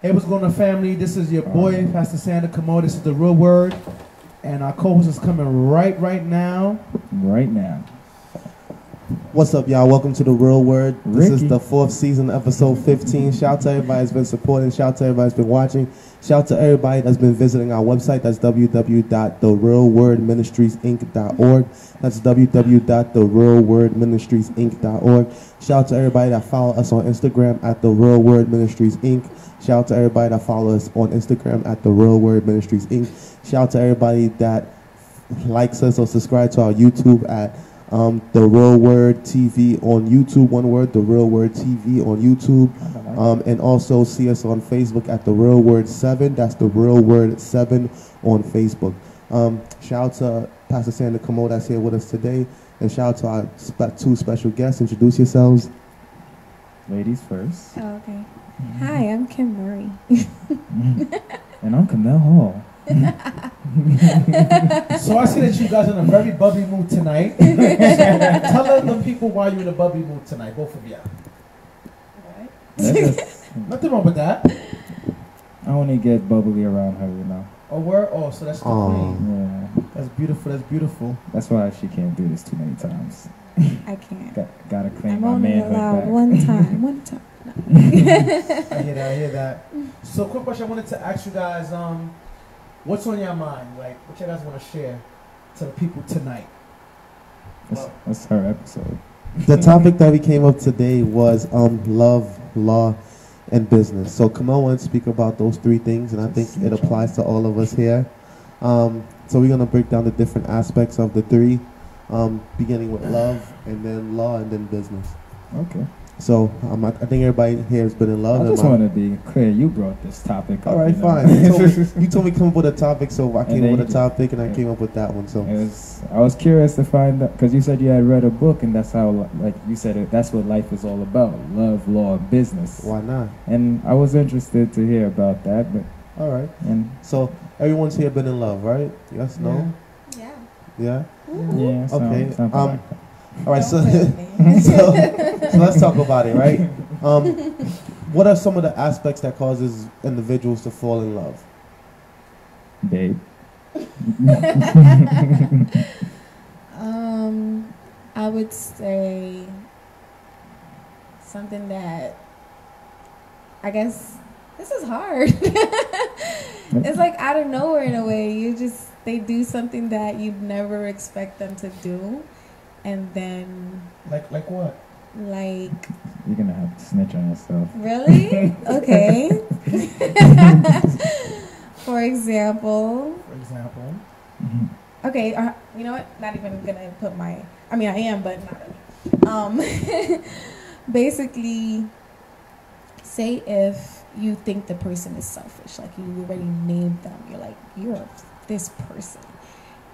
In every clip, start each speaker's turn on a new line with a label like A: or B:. A: Hey, what's going on, family? This is your boy, Pastor Santa Kamo. This is the real word. And our co host is coming right, right now.
B: right now.
C: What's up, y'all? Welcome to the Real Word. This
B: Ricky.
C: is the fourth season, episode 15. Shout out to everybody that's been supporting. Shout out to everybody that's been watching. Shout out to everybody that's been visiting our website. That's www.therealwordministriesinc.org. That's www.therealwordministriesinc.org. Shout out to everybody that follow us on Instagram at The Real Word Ministries Inc. Shout out to everybody that follow us on Instagram at The Real Word Ministries Inc. Shout out to everybody that likes us or subscribe to our YouTube at um, The Real Word TV on YouTube. One word, The Real Word TV on YouTube. Um, and also see us on Facebook at The Real Word 7. That's The Real Word 7 on Facebook. Um, shout out to Pastor Sandra Kamo that's here with us today. And shout out to our spe- two special guests. Introduce yourselves.
B: Ladies first.
D: Oh, okay.
B: Mm-hmm.
D: Hi, I'm Kim Murray.
B: And I'm Camille Hall.
A: So I see that you guys are in a very bubbly mood tonight. So tell the people why you're in a bubbly mood tonight, both of you.
B: That's just-
A: Nothing wrong with that.
B: I want to get bubbly around her, you know.
A: Oh, we're, oh, so that's the
C: Aw.
A: queen.
B: Yeah.
A: That's beautiful, that's beautiful.
B: That's why she can't do this too many times.
D: I can't.
B: Got, gotta claim
D: I'm
B: my
D: only
B: manhood
D: allowed
B: back.
D: one time. One time.
A: I hear that, I hear that. So, quick question I wanted to ask you guys um, what's on your mind? Like, what you guys want to share to the people tonight?
B: That's, that's her episode.
C: The topic that we came up today was um, love, law, and business. So Kamal wanted to speak about those three things, and I think it applies to all of us here. Um, so we're gonna break down the different aspects of the three, um, beginning with love, and then law, and then business.
B: Okay.
C: So um, I, I think everybody here has been in love.
B: I
C: and
B: just
C: my-
B: want to be clear. You brought this topic.
C: all
B: up,
C: right,
B: you know?
C: fine. You told, me, you told me come up with a topic, so I came
B: then
C: up
B: you
C: with a
B: did.
C: topic, and I
B: Yeah.
C: came up with that one. So
B: It was, I was curious to find out because you said you had read a book and that's how li- like you said it, that's what life is all about love law and business
C: why not?
B: and I was interested to hear about that but
C: All right.
B: and
C: So everyone's here been in love, right? Yes, no,
D: Yeah.
C: yeah.
B: yeah so,
C: Okay,
B: something
C: um,
B: like that. Oh,
C: All right, so. so, so let's talk about it, right? Um, what are some of the aspects that causes individuals to fall in love?
B: babe
E: Um, I would say something that I guess this is hard. it's like out of nowhere in a way. You just they do something that you'd never expect them to do, and then
A: Like, like what?
E: like
B: you're gonna have to snitch on yourself
E: really okay. For example,
A: For example,
E: Okay, uh, you know what? Not even gonna put my. I mean, I am, but not. Really. Um, basically, say if you think the person is selfish, like you already named them, you're like you're this person,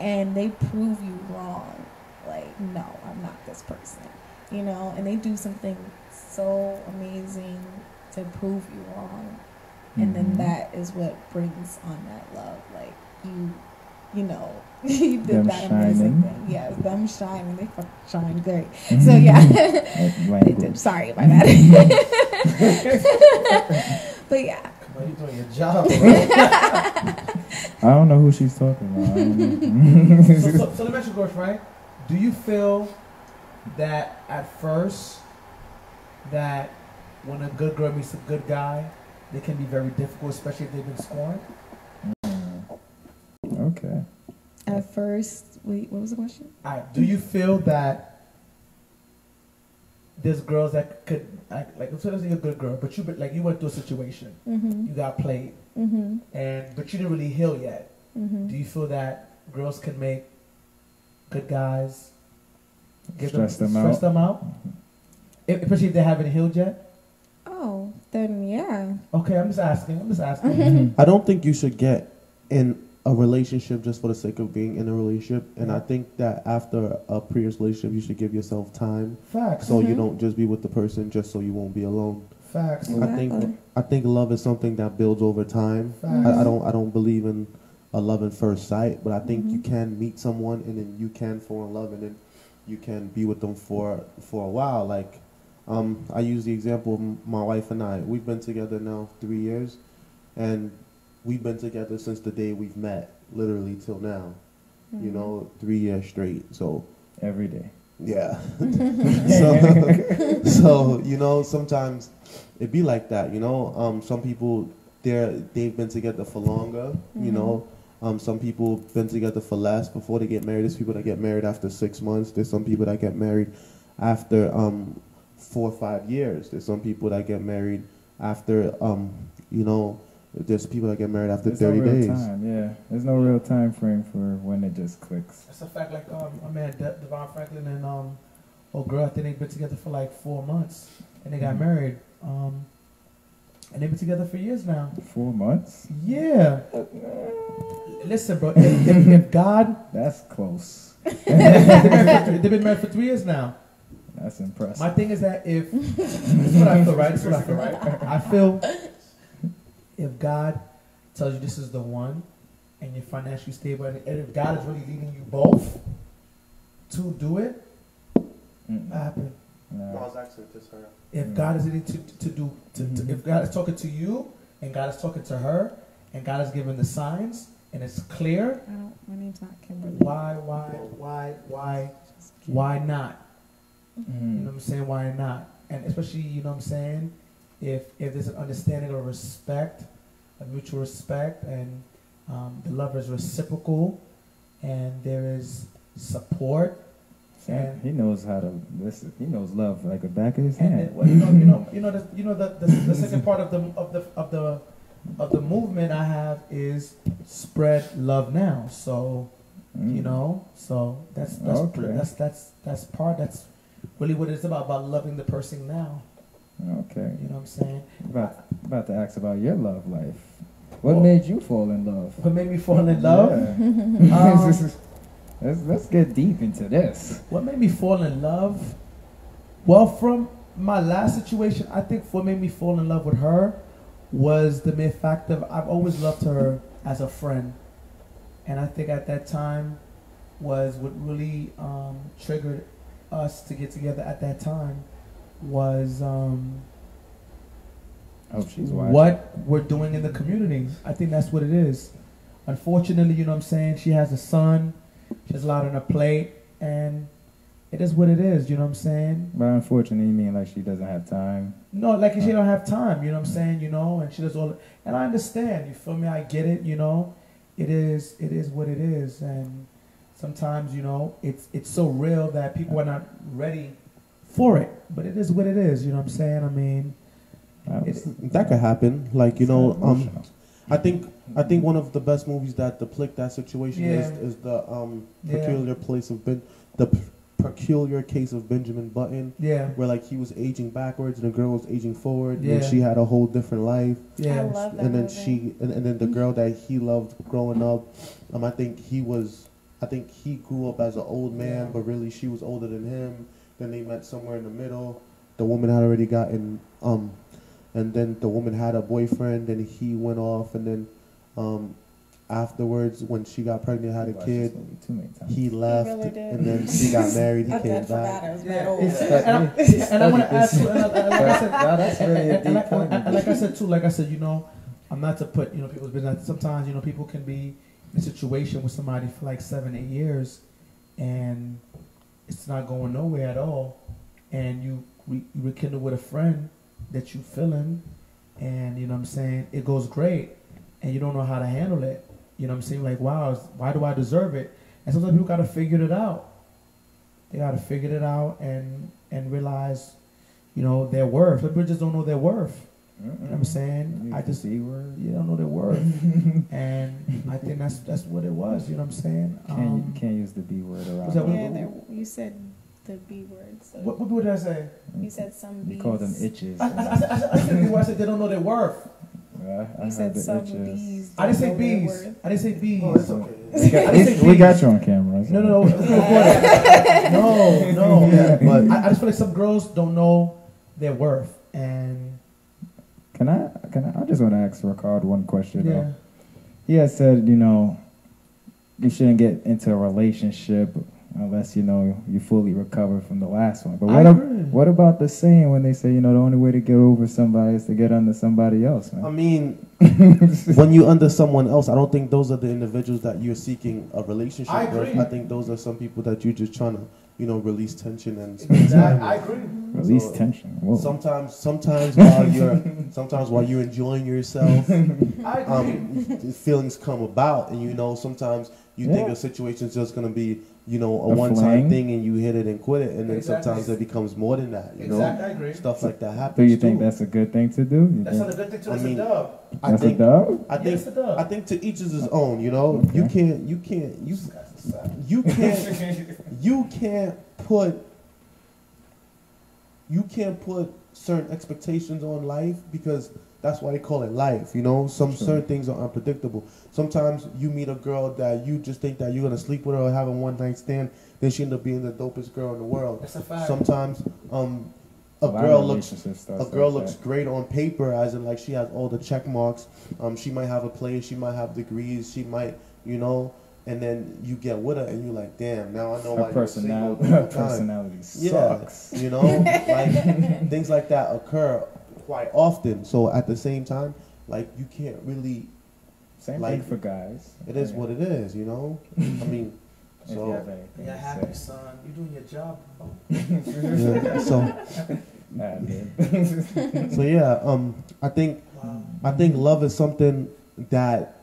E: and they prove you wrong. Like, no, I'm not this person. You know, and they do something so amazing to prove you wrong, and
B: Mhm.
E: then that is what brings on that love. Like you you know, you did
B: Them
E: that
B: shining.
E: amazing thing. Yes, them shining. They fucking shine great. So
B: Mm-hmm.
E: yeah,
B: Like
E: they
B: language.
E: did. Sorry about that.
B: Mm-hmm.
E: but yeah,
A: come on, you're doing your job. bro.
B: I don't know who she's talking about I don't know.
A: so, so, so let me ask you, Gorsh, right? Do you feel that at first that when a good girl meets a good guy, they can be very difficult, especially if they've been scorned?
B: okay
E: at first, wait, what was the question?
A: All right, do you feel that there's girls that could like, like so let's say you're a good girl, but you but like you went through a situation,
E: Mm-hmm.
A: you got played,
E: Mm-hmm.
A: and but you didn't really heal yet.
E: Mm-hmm.
A: Do you feel that girls can make good guys
B: Stress them
A: stress
B: out.
A: them out, If- especially if they haven't healed yet?
E: Oh, then yeah.
A: Okay, I'm just asking. I'm just asking.
E: Mm-hmm.
C: I don't think you should get in a relationship just for the sake of being in a relationship, and I think that after a previous relationship, you should give yourself time
A: Facts.
C: so you
E: Mhm.
C: don't just be with the person just so you won't be alone.
A: Facts.
C: I think
E: Exactly.
C: I think love is something that builds over time.
A: Facts.
C: I, I don't I don't believe in a love at first sight, but I think you can meet someone and then you can fall in love and then you can be with them for for a while. Like um, I use the example of m- my wife and I. We've been together now three years, and we've been together since the day we've met, literally till now.
E: Mm-hmm.
C: You know, three years straight. So
B: every day.
C: yeah. so, so you know, sometimes it be like that. You know, um, some people they're they've been together for longer. You know, um, some people been together for less before they get married. There's people that get married after six months. There's some people that get married after um, four or five years. There's some people that get married after um, you know. There's people that get married after
B: There's no
C: thirty
B: real
C: days.
B: time. Yeah, there's no real time frame for when it just clicks.
A: That's a fact. Like um, my man De- Devon Franklin and um, old girl. I think they've been together for like four months, and they got
C: Mm-hmm.
B: Mhm.
A: married. Um, and they've been together for years now.
B: Four months?
A: Yeah.
C: Uh,
A: Listen, bro. If, if, if God,
B: That's close.
A: they've been married for three- they've been married for three years now.
B: That's impressive.
A: My thing is that if this is what I feel, right? This is what I feel, right? I feel if God tells you this is the one, and you're financially stable, and if God is really leading you both to do it,
B: Mm,
A: it happen.
B: nah.
A: If
B: Mm.
A: God is leading to to do, to,
B: Mhm.
A: to, if God is talking to you, and God is talking to her, and God is giving the signs, and it's clear,
D: I don't, my name's not Kimberly.
A: why, why, why, why, why not? You know what
B: Mm,
A: I'm saying? Why not? And especially, you know what I'm saying? If if there's an understanding or respect, a mutual respect, and um, the love is reciprocal, and there is support,
B: Sam, he knows how to listen. He knows love like the back of his
A: and then,
B: hand.
A: well, you know, you know, you know, the, you know, the, the, the second part of the of the of the of the movement I have is spread love now. So
B: Mm. Oh,
A: you know, so that's that's
B: Okay.
A: that's that's that's part. That's really what it's about about loving the person now.
B: Okay.
A: You know what I'm saying?
B: About about to ask about your love life. What
A: Well-
B: made you fall in love?
A: What made me fall in love?
B: Yeah.
A: Um,
B: let's let's get deep into this.
A: what made me fall in love? Well, from my last situation, I think what made me fall in love with her was the mere fact of I've always loved her as a friend, and I think at that time was what really um, triggered us to get together. At that time was um,
B: I hope Oh, she's watching.
A: what we're doing in the community. I think that's what it is. Unfortunately, you know what I'm saying? She has a son, she has a lot on her plate, and it is what it is, you know what I'm saying?
B: But unfortunately, you mean like she doesn't have time.
A: No, like she don't have time, you know what I'm saying, you know, and she does all and I understand, you feel me? I get it, you know. It is it is what it is and sometimes, you know, it's it's so real that people are not ready for it. But it is what it is, you know what I'm saying? I mean
B: I was-
C: That could happen. Like you know, um,
B: Emotional.
C: I think I think one of the best movies that depict that situation
A: Mm-hmm. Yeah.
C: is is the um
A: Yeah.
C: peculiar place of ben the p- peculiar case of Benjamin Button,
A: yeah,
C: where like he was aging backwards and the girl was aging forward, and
A: Yeah.
C: then she had a whole different life,
A: yeah.
E: I love that.
C: and then
E: movie.
C: she and, and then the girl that he loved growing up, um, I think he was, I think he grew up as an old man,
A: Yeah.
C: but really she was older than him. Then they met somewhere in the middle. The woman had already gotten um, and then the woman had a boyfriend, and he went off, and then um, afterwards when she got pregnant, had
B: I
C: a
B: watched this
C: kid.
B: movie Too many times.
C: He left,
E: really did.
C: and then she got married. He
E: I
C: came
E: did forgot
C: back.
E: I was mad
A: Yeah,
E: Oh, old.
A: it's-
B: That-
A: and, I, and I want to ask, and, I- and like I said,
B: Now that's
A: and,
B: really a
A: and- and like,
B: deep
A: and- and like I
B: conversation.
A: said too, like I said, you know, I'm not to put you know people's business. Sometimes you know people can be in a situation with somebody for like seven, eight years, and it's not going nowhere at all, and you re- you rekindle with a friend that you feeling, and you know what I'm saying it goes great, and you don't know how to handle it. You know what I'm saying? Like, wow, it's- why do I deserve it? And sometimes people gotta figure it out. They gotta figure it out and and realize, you know, their worth. Some people just don't know their worth. You know what I'm saying? I just
B: C word.
A: you don't know their worth. and I think that's that's what it was, you know what I'm saying?
B: Can't
A: Um,
B: you can't use the B word around.
A: was that
B: me.
A: one-
D: Yeah, there, you said the B word. So
A: what, what would I say?
D: you said some
B: You
D: bees.
B: call them itches.
A: I, I, I, I, said- I said people, I said they don't know their worth.
B: Yeah, I
D: you
B: heard
D: said
B: the
D: some
B: itches.
D: bees.
A: I didn't say
D: don't know their
A: bees.
D: worth.
A: I didn't say bees.
C: Oh, it's okay.
B: We got, we, we got you on camera. so-
A: No, no, no. it's not recorded. no, no.
C: Yeah, but
A: I, I just feel like some girls don't know their worth, and
B: Can I? Can I? I just want to ask Ricard one question. though.
A: yeah,
B: He had said, you know, you shouldn't get into a relationship unless you know you fully recover from the last one. But
A: I
B: what, ab-
A: agree.
B: what about the saying when they say you know the only way to get over somebody is to get under somebody else,
C: I
B: man?
C: mean, when you under someone else, I don't think those are the individuals that you're seeking a relationship
A: I
C: with.
A: agree.
C: I think those are some people that you're just trying to, you know, release tension and spend time
A: Exactly.
C: with.
A: I agree.
B: Release
C: So,
B: tension. Whoa.
C: Sometimes, sometimes while you're, sometimes while you're enjoying yourself,
A: I agree.
C: um, feelings come about, and you know sometimes you think
B: Yeah.
C: a situation's just gonna be you know a,
B: A
C: one
B: fling.
C: time thing, and you hit it and quit it, and then
A: Exactly.
C: sometimes it becomes more than that. You
A: exactly. I agree.
C: know, stuff like that happens.
B: Do you think
C: too.
B: that's a good thing to do? You
A: That's
B: think
A: not a good thing too.
C: I
A: That's
C: mean,
A: a dub.
C: I
B: that's a
C: think,
B: dub?
C: I
A: yeah,
C: think,
A: it's a dub.
C: I think to each is his own. You know, you
B: Okay.
C: can't, you can't, you,
A: This guy's a savage.
C: you can't, you can't put, you can't put certain expectations on life because that's why they call it life. You know, some
B: Sure.
C: certain things are unpredictable. Sometimes you meet a girl that you just think that you're gonna sleep with her or have a one night stand, then she end up being the dopest girl in the world.
A: That's a fact.
C: Sometimes, um, a
B: lot of
C: girl looks
B: relationships
C: a
B: starts
C: girl
B: like
C: looks
B: that.
C: great on paper, as in like she has all the check marks. Um, she might have a place, she might have degrees, she might, you know. And then you get with her, and you're like, damn, now I know why
B: Her
C: you're single.
B: personality,
C: the
B: her
C: whole time.
B: personality
C: Yeah,
B: sucks.
C: you know, like things like that occur quite often. So at the same time, like you can't really.
B: Same
C: Like,
B: thing for guys.
C: It is what it is, you know. I mean,
B: If you have
C: so
B: anything
A: Yeah,
B: to
A: happy
B: say.
A: son. You're doing your job, Oh, bro.
C: yeah, so
B: Nah, dude.
C: so yeah. Um, I think
A: Wow.
C: I think love is something that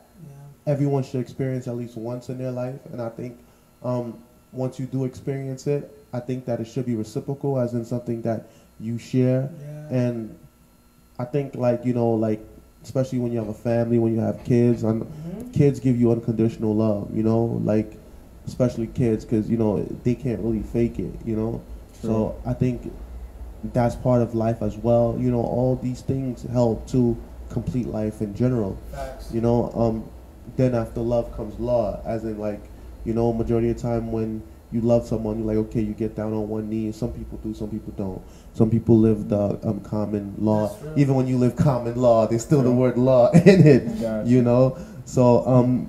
A: Yeah.
C: everyone should experience at least once in their life. And I think um, once you do experience it, I think that it should be reciprocal, as in something that you share.
A: Yeah.
C: And I think, like, you know, like, especially when you have a family, when you have kids, and
A: Mhm.
C: kids give you unconditional love, you know, like, especially kids, because, you know, they can't really fake it, you know. So I think that's part of life as well. You know, all these things help to complete life in general
A: Facts.
C: you know um then after love comes law as in like you know majority of the time when you love someone you're like okay you get down on one knee some people do some people don't some people live the um common law
A: That's true.
C: even when you live common law there's still the
B: True.
C: word law in it
B: Gotcha.
C: you know so um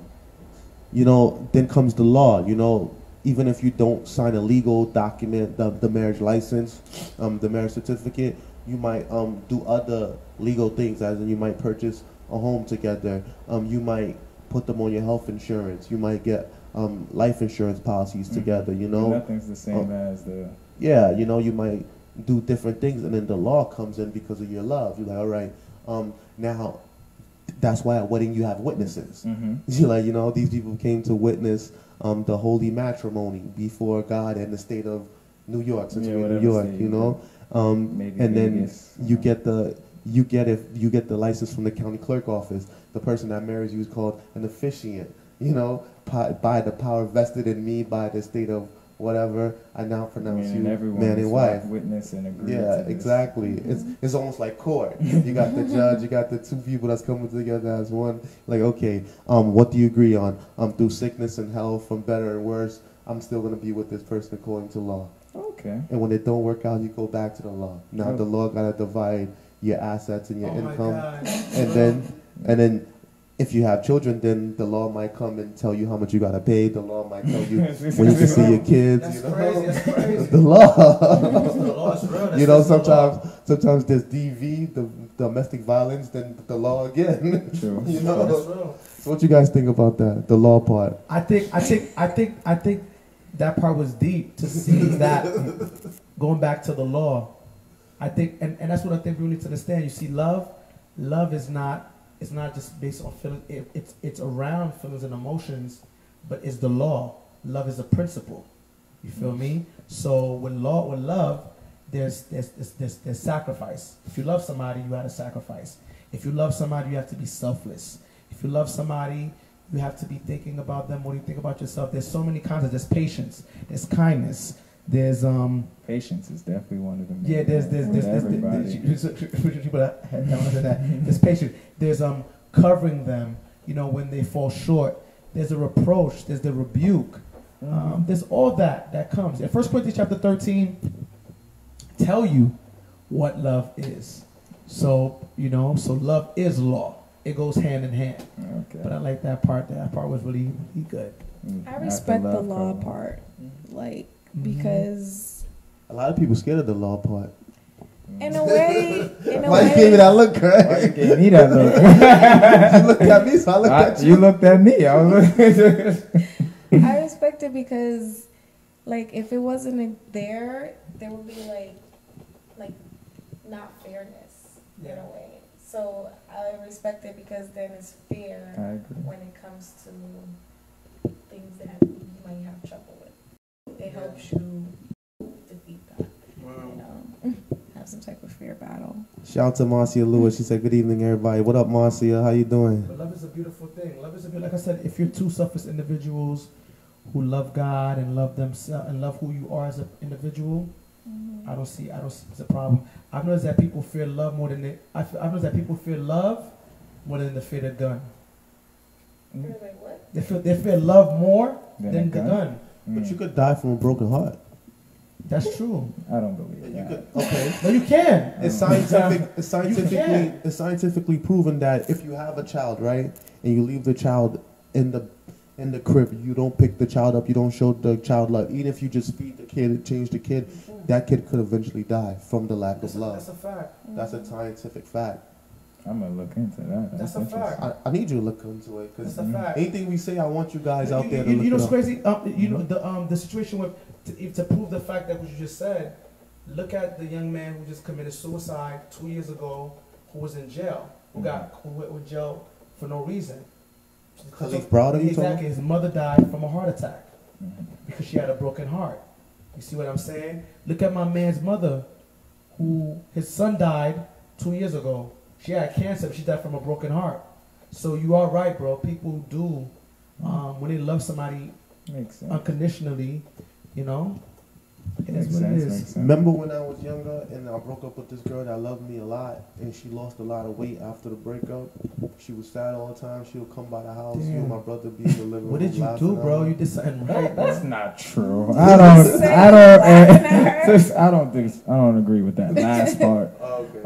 C: you know then comes the law you know even if you don't sign a legal document the, the marriage license um the marriage certificate you might um do other legal things as in you might purchase a home together um you might put them on your health insurance you might get um life insurance policies
B: Mhm.
C: together you
B: And
C: know
B: nothing's the same as the
C: yeah, you know, you might do different things, and then the law comes in because of your love. You're like, all right, um, now that's why at wedding you have witnesses.
B: hmm
C: You're like, you know, these people came to witness um, the holy matrimony before God and the state of New York, since
B: Yeah,
C: we're in
B: whatever
C: New York,
B: state
C: you
B: you
C: know, um,
B: maybe
C: and then
B: Vegas. uh-huh.
C: you get the. You get if you get the license from the county clerk office. The person that marries you is called an officiant. You know, by, by the power vested in me by the state of whatever. I now pronounce
B: Man and
C: you
B: everyone
C: man
B: is
C: and
B: like
C: wife.
B: Witness and agree.
C: Yeah, exactly. It's
A: Mm-hmm.
C: it's almost like court. You got the judge, you got the two people that's coming together as one. Like, okay, um, what do you agree on? Um, through sickness and health, from better and worse, I'm still gonna be with this person according to law.
B: Okay.
C: And when it don't work out, you go back to the law. Now the law gotta divide your assets and your
A: oh
C: income.
A: my God.
C: And then and then if you have children, then the law might come and tell you how much you gotta pay. The law might tell you when you can see your kids.
A: That's
C: you know?
A: crazy. That's crazy.
C: The law.
A: That's the law. That's real. That's
C: You know,
A: just the law.
C: sometimes sometimes there's DV, the domestic violence, then the law again.
B: True.
C: you
A: That's
C: know,
A: real.
C: so what you guys think about that? The law part.
A: I think I think I think I think that part was deep to see that going back to the law. I think and, and that's what I think we need to understand. You see, love love is not it's not just based on feeling it, it's it's around feelings and emotions, but it's the law. Love is a principle. You feel me? So with law with love, there's there's there's, there's, there's sacrifice. If you love somebody, you have to sacrifice. If you love somebody, you have to be selfless. If you love somebody, you have to be thinking about them more than you think about yourself. There's so many kinds of there's patience, there's kindness, there's um
B: Patience is definitely one of them.
A: yeah, there's there's there's, there's, there's,
B: everybody.
A: there's, people that had that one said that. There's patience. There's um covering them, you know, when they fall short. There's a reproach, there's the rebuke. Um, there's all that that comes. In 1 Corinthians chapter 13, tell you what love is. So, you know, so love is law. it goes hand in hand.
B: Mm, Okay.
A: But I like that part. That part was really, really good.
B: Mm,
E: I
B: not
E: respect the
B: love
E: law
B: part.
E: part, like
A: Mhm.
E: because
C: A lot of people scared of the law part.
A: Mm-hmm.
B: Mm.
E: in a way, in a
C: Why you gave me
E: way,
C: that look,
B: Why you
C: Craig?
B: gave me that look?
C: you looked at me, so I looked
B: I-
C: at you.
B: you looked at me. I was like,
E: I respect it because, like, if it wasn't a- there, there would be like, like, not fairness in
A: Yeah.
E: a way. So I respect it because then it's fair.
B: I agree.
E: when it comes to things that you might have trouble with. It helps you defeat that, you know, Mm-hmm. have some type of fair battle.
C: Shout out to Marcia Lewis. She said, "Good evening, everybody. What up, Marcia? How you doing?"
A: But love is a beautiful thing. Love is a beautiful. Like I said, if you're two selfish individuals who love God and love themselves and love who you are as an individual,
E: Mm-hmm.
A: I don't see. I don't see it's a problem. I've noticed that people fear love more than they. I have noticed that people fear love more than they fear the gun.
E: You're like, what?
A: They feel they fear love more
B: Then
A: than
B: it
A: the
B: got-
A: gun.
C: But
B: Mm.
C: you could die from a broken heart.
A: That's true.
B: I don't believe
C: But
B: that.
C: you could. Okay.
A: No, you can.
C: It's scientific. It's scientifically.
A: Um, can.
C: It's scientifically proven that if you have a child, right, and you leave the child in the in the crib, you don't pick the child up, you don't show the child love. Even if you just feed the kid, change the kid, that kid could eventually die from the lack
A: That's
C: of
A: a,
C: love.
A: that's a fact.
C: That's a scientific fact.
B: I'm gonna look into that.
A: That's,
B: That's,
A: a
B: interesting.
A: fact.
C: I, I need you to look into it
A: That's
C: because
A: a fact.
C: anything we say, I want you guys
A: You-
C: out
A: you-
C: there to
A: you,
C: look
A: you know
C: it
A: what's
C: up. Mm-hmm.
A: crazy? Um, you know the um the situation with to, if- to prove the fact that what you just said. Look at the young man who just committed suicide two years ago, who was in jail, who got
C: Mm-hmm.
A: who went with jail for no reason.
C: Khalif Browder, you talking?
A: exactly. His mother died from a heart attack
B: Mhm.
A: because she had a broken heart. You see what I'm saying? Look at my man's mother, who his son died two years ago. She had cancer. She died from a broken heart. So you are right, bro. People do um, when they love somebody
B: Makes
C: Uh,
B: sense.
A: unconditionally. You know, it
B: Makes
A: is what it
B: sense,
A: is.
B: makes sense.
C: Remember when I was younger and I broke up with this girl that loved me a lot and she lost a lot of weight after the breakup? She was sad all the time. She would come by the house. You
A: Damn.
C: and my brother be in the living
A: What
C: room
A: did you
C: laughing
A: do,
C: at
A: bro?
C: her.
A: You did something right.
B: That-
A: bro.
B: that's not true. I don't. I don't.
E: Laughing at
B: Sis, I don't think. I don't agree with that last part.
C: Oh, okay.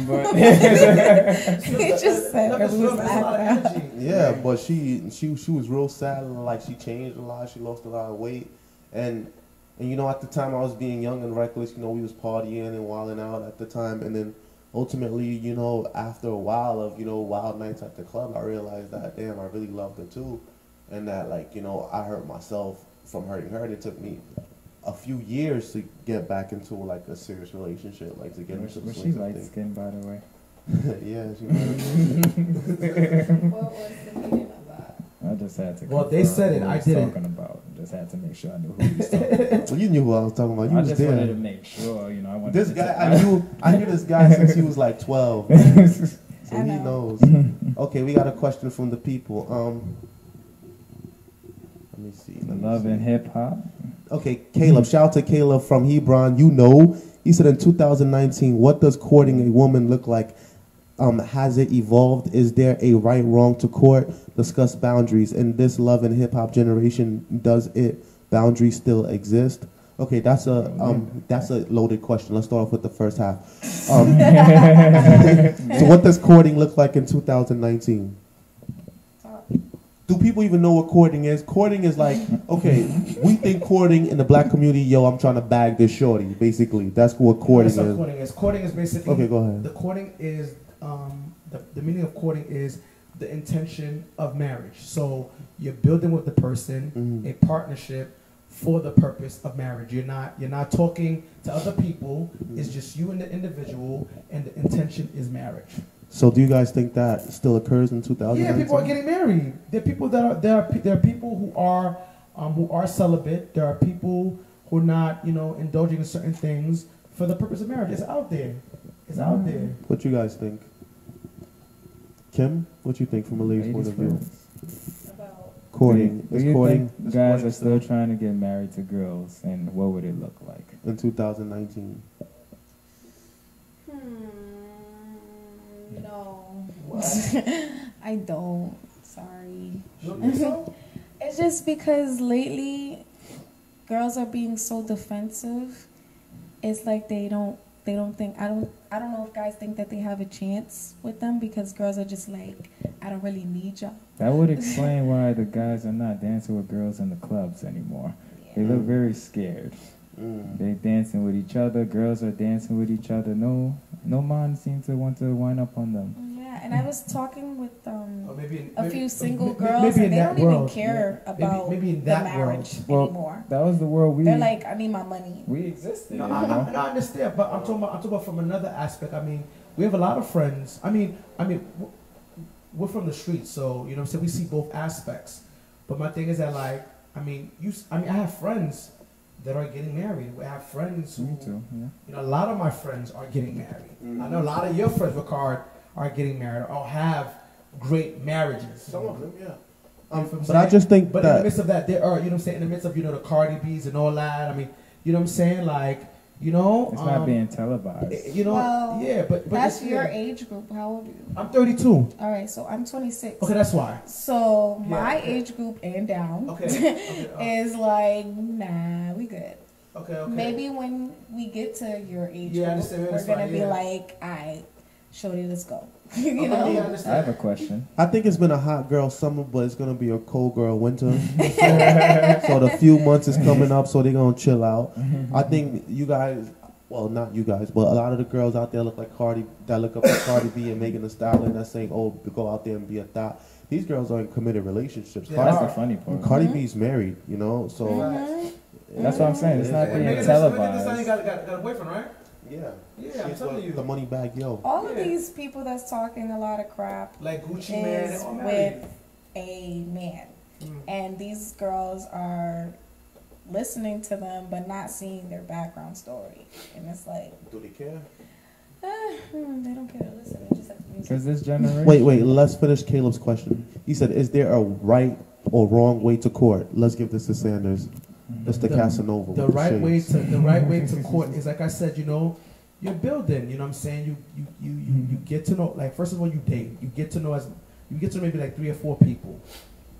B: Um, but
E: He just said
A: Love
E: it
A: is
E: was
A: love, it's a lot of
E: laughing.
A: energy.
C: yeah, but she she she was real sad. and, Like she changed a lot. She lost a lot of weight, and and you know at the time I was being young and reckless. You know we was partying and wilding out at the time, and then ultimately you know after a while of you know wild nights at the club, I realized that damn I really loved her too, and that like you know I hurt myself from hurting her. And it took me a few years to get back into like a serious relationship, like to get into the
B: was she
C: swing of
B: light
C: things.
B: skinned, by the way?
C: yeah, she might have been.
E: What was the meaning of that?
B: I just had to.
A: Well, they
B: confirm
A: said it,
B: who
A: I
B: he's
A: didn't.
B: Talking about. Just had to make sure I knew who he was talking.
C: Well, you knew who I was talking about. You
B: I
C: was
B: just
C: there.
B: wanted to make sure. You know, I wanted.
C: This
B: to
C: guy,
B: check-
C: I knew, I knew this guy since he was like twelve, so
E: I
C: he
E: know.
C: knows. Okay, we got a question from the people. Um, let me see. Let me
B: Love
C: see.
B: and hip hop.
C: Okay, Caleb. Shout out to Caleb from Hebron. You know, he said in 2019, what does courting a woman look like? Um, has it evolved? Is there a right wrong to court? Discuss boundaries. In this love and hip hop generation, does it boundaries still exist? Okay, that's a um, that's a loaded question. Let's start off with the first half. Um, so, what does courting look like in 2019? do people even know what courting is? Courting is like, okay, we think courting in the black community, yo, I'm trying to bag this shorty, basically. That's what courting
A: That's what
C: is.
A: courting is. Courting is basically
C: Okay, go ahead.
A: The courting is um, the, the meaning of courting is the intention of marriage. So you're building with the person
C: Mhm.
A: a partnership for the purpose of marriage. You're not you're not talking to other people. It's
C: Mm.
A: just you and the individual, and the intention is marriage.
C: So, do you guys think that still occurs in
A: Yeah,
C: 2019?
A: people are getting married. There are people that are there are pe- there are people who are um, who are celibate. There are people who are not you know indulging in certain things for the purpose of marriage. It's out there. It's out there.
C: What you guys think? Kim, what you think from a lady's point
B: Ladies
C: of view?
B: first.
E: About
C: Courting.
B: Do
C: Is
B: you
C: courting
B: think guys
C: courting
B: are still trying to get married to girls, and what would it look like?
C: in 2019?
E: hmm, no,
A: What?
E: I don't. Sorry.
A: You don't think so?
E: It's just because lately girls are being so defensive. It's like they don't They don't think I don't I don't know if guys think that they have a chance with them because girls are just like I don't really need y'all.
B: That would explain why the guys are not dancing with girls in the clubs anymore. They
E: Yeah.
B: look very scared. They dancing with each other. Girls are dancing with each other. No, no man seems to want to wind up on them.
E: Yeah, and I was talking with
A: Or
E: um
A: maybe in,
E: a
A: maybe-
E: few single
A: maybe-
E: girls
A: maybe in
E: and they
A: that
E: don't
A: world,
E: even care
A: yeah.
E: about
A: maybe, maybe in
E: the
A: that
E: marriage
A: world.
B: Well,
E: anymore.
B: That was the world we
E: They're like, I need my money.
B: we existed.
A: No,
B: in,
A: I,
B: you
A: I,
B: know?
A: and I understand, but I'm talking about I'm talking about from another aspect. I mean, we have a lot of friends. I mean, I mean, w- we're from the streets, so you know, what I'm saying we see both aspects. But my thing is that, like, I mean, you, s- I mean, I have friends that are getting married. We have friends who,
B: Me too. Yeah.
A: you know, a lot of my friends are getting married. I know a lot of your friends, Ricard, are getting married or have great marriages.
F: Some of them, yeah.
A: You know what I'm
C: But I
A: saying?
C: just think
A: But in the
C: that
A: midst of that, there are, you know what I'm saying, in the midst of, you know, the Cardi B's and all that, I mean, you know what I'm saying? Like, you know.
B: It's
A: um,
B: not being televised.
A: eh, You know,
D: Well,
A: yeah, but, but
D: That's
A: it's-
D: your
A: yeah.
D: age group. How old are you?
A: I'm 32.
E: All right, so I'm 26.
A: Okay, that's why.
E: So
A: Yeah,
E: my
A: okay.
E: age group and down
A: Okay. Okay, uh,
E: is like, nah, we good.
A: okay, okay.
E: Maybe when we get to your
A: Yeah, I
E: age group,
A: understand.
E: we're
A: That's
E: gonna
A: fine,
E: be
A: yeah.
E: like, I showed you, let's go. you
A: Okay, yeah, I
E: know?
B: I have a
A: understand.
B: question.
C: I think it's been a hot girl summer, but it's gonna be a cold girl winter. so, so the few months is coming up, so they're gonna chill out. I think you guys, well, not you guys, but a lot of the girls out there look like Cardi, that look up to Cardi B and Megan Thee Stallion. That's saying, oh, go out there and be a thot. These girls are in committed relationships.
A: Yeah. Mm-hmm.
B: That's
C: Cardi,
B: the funny part.
C: Cardi B's married, you know, so
E: Mm-hmm.
B: That's what I'm saying. It's not
A: And Megan Thee-
B: being
A: Megan Thee Stallion
B: televised.
A: got, got, got a boyfriend, right?
C: yeah.
A: Yeah, I'm
C: She's
A: telling
C: the,
A: you.
C: the money bag, yo.
E: All of
A: Yeah.
E: these people that's talking a lot of crap
A: Like Gucci Man,
E: is
A: they're all
E: with-
A: married.
E: a man.
A: Mm.
E: And these girls are listening to them but not seeing their background story. And it's like,
C: Do they care?
E: ah, hmm, they don't care to listen, they just have the music.
B: Because this generation.
C: Wait, wait. Let's finish Caleb's question. He said, "Is there a right or wrong way to court?" Let's give this to Sanders.
B: Mm-hmm.
C: It's the,
A: The-
C: Casanova.
A: the
C: with
A: right way
C: shades.
A: to the right way to court is like I said, you know, you're building. You know what I'm saying? You you you you,
C: Mm-hmm.
A: you get to know. Like first of all, you date. You get to know as you get to know maybe like three or four people.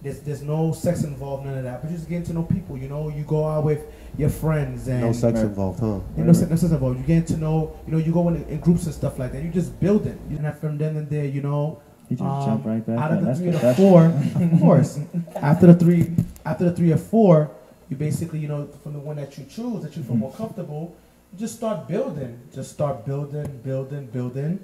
A: There's there's no sex involved, none of that. But you just getting to know people. You know, you go out with your friends and
C: No sex
B: Right.
C: involved, huh?
A: You know, no sex involved. You get to know. You know, you go in, in groups and stuff like that. You just building. And then from then and there, you know,
B: He just
A: Um,
B: jumped right back.
A: out of
B: in.
A: the
B: That's
A: three
B: the
A: or
B: best.
A: four, of course. After the three, after the three or four, you basically, you know, from the one that you choose that you
B: Mm-hmm.
A: feel more comfortable, you just start building, just start building, building, building.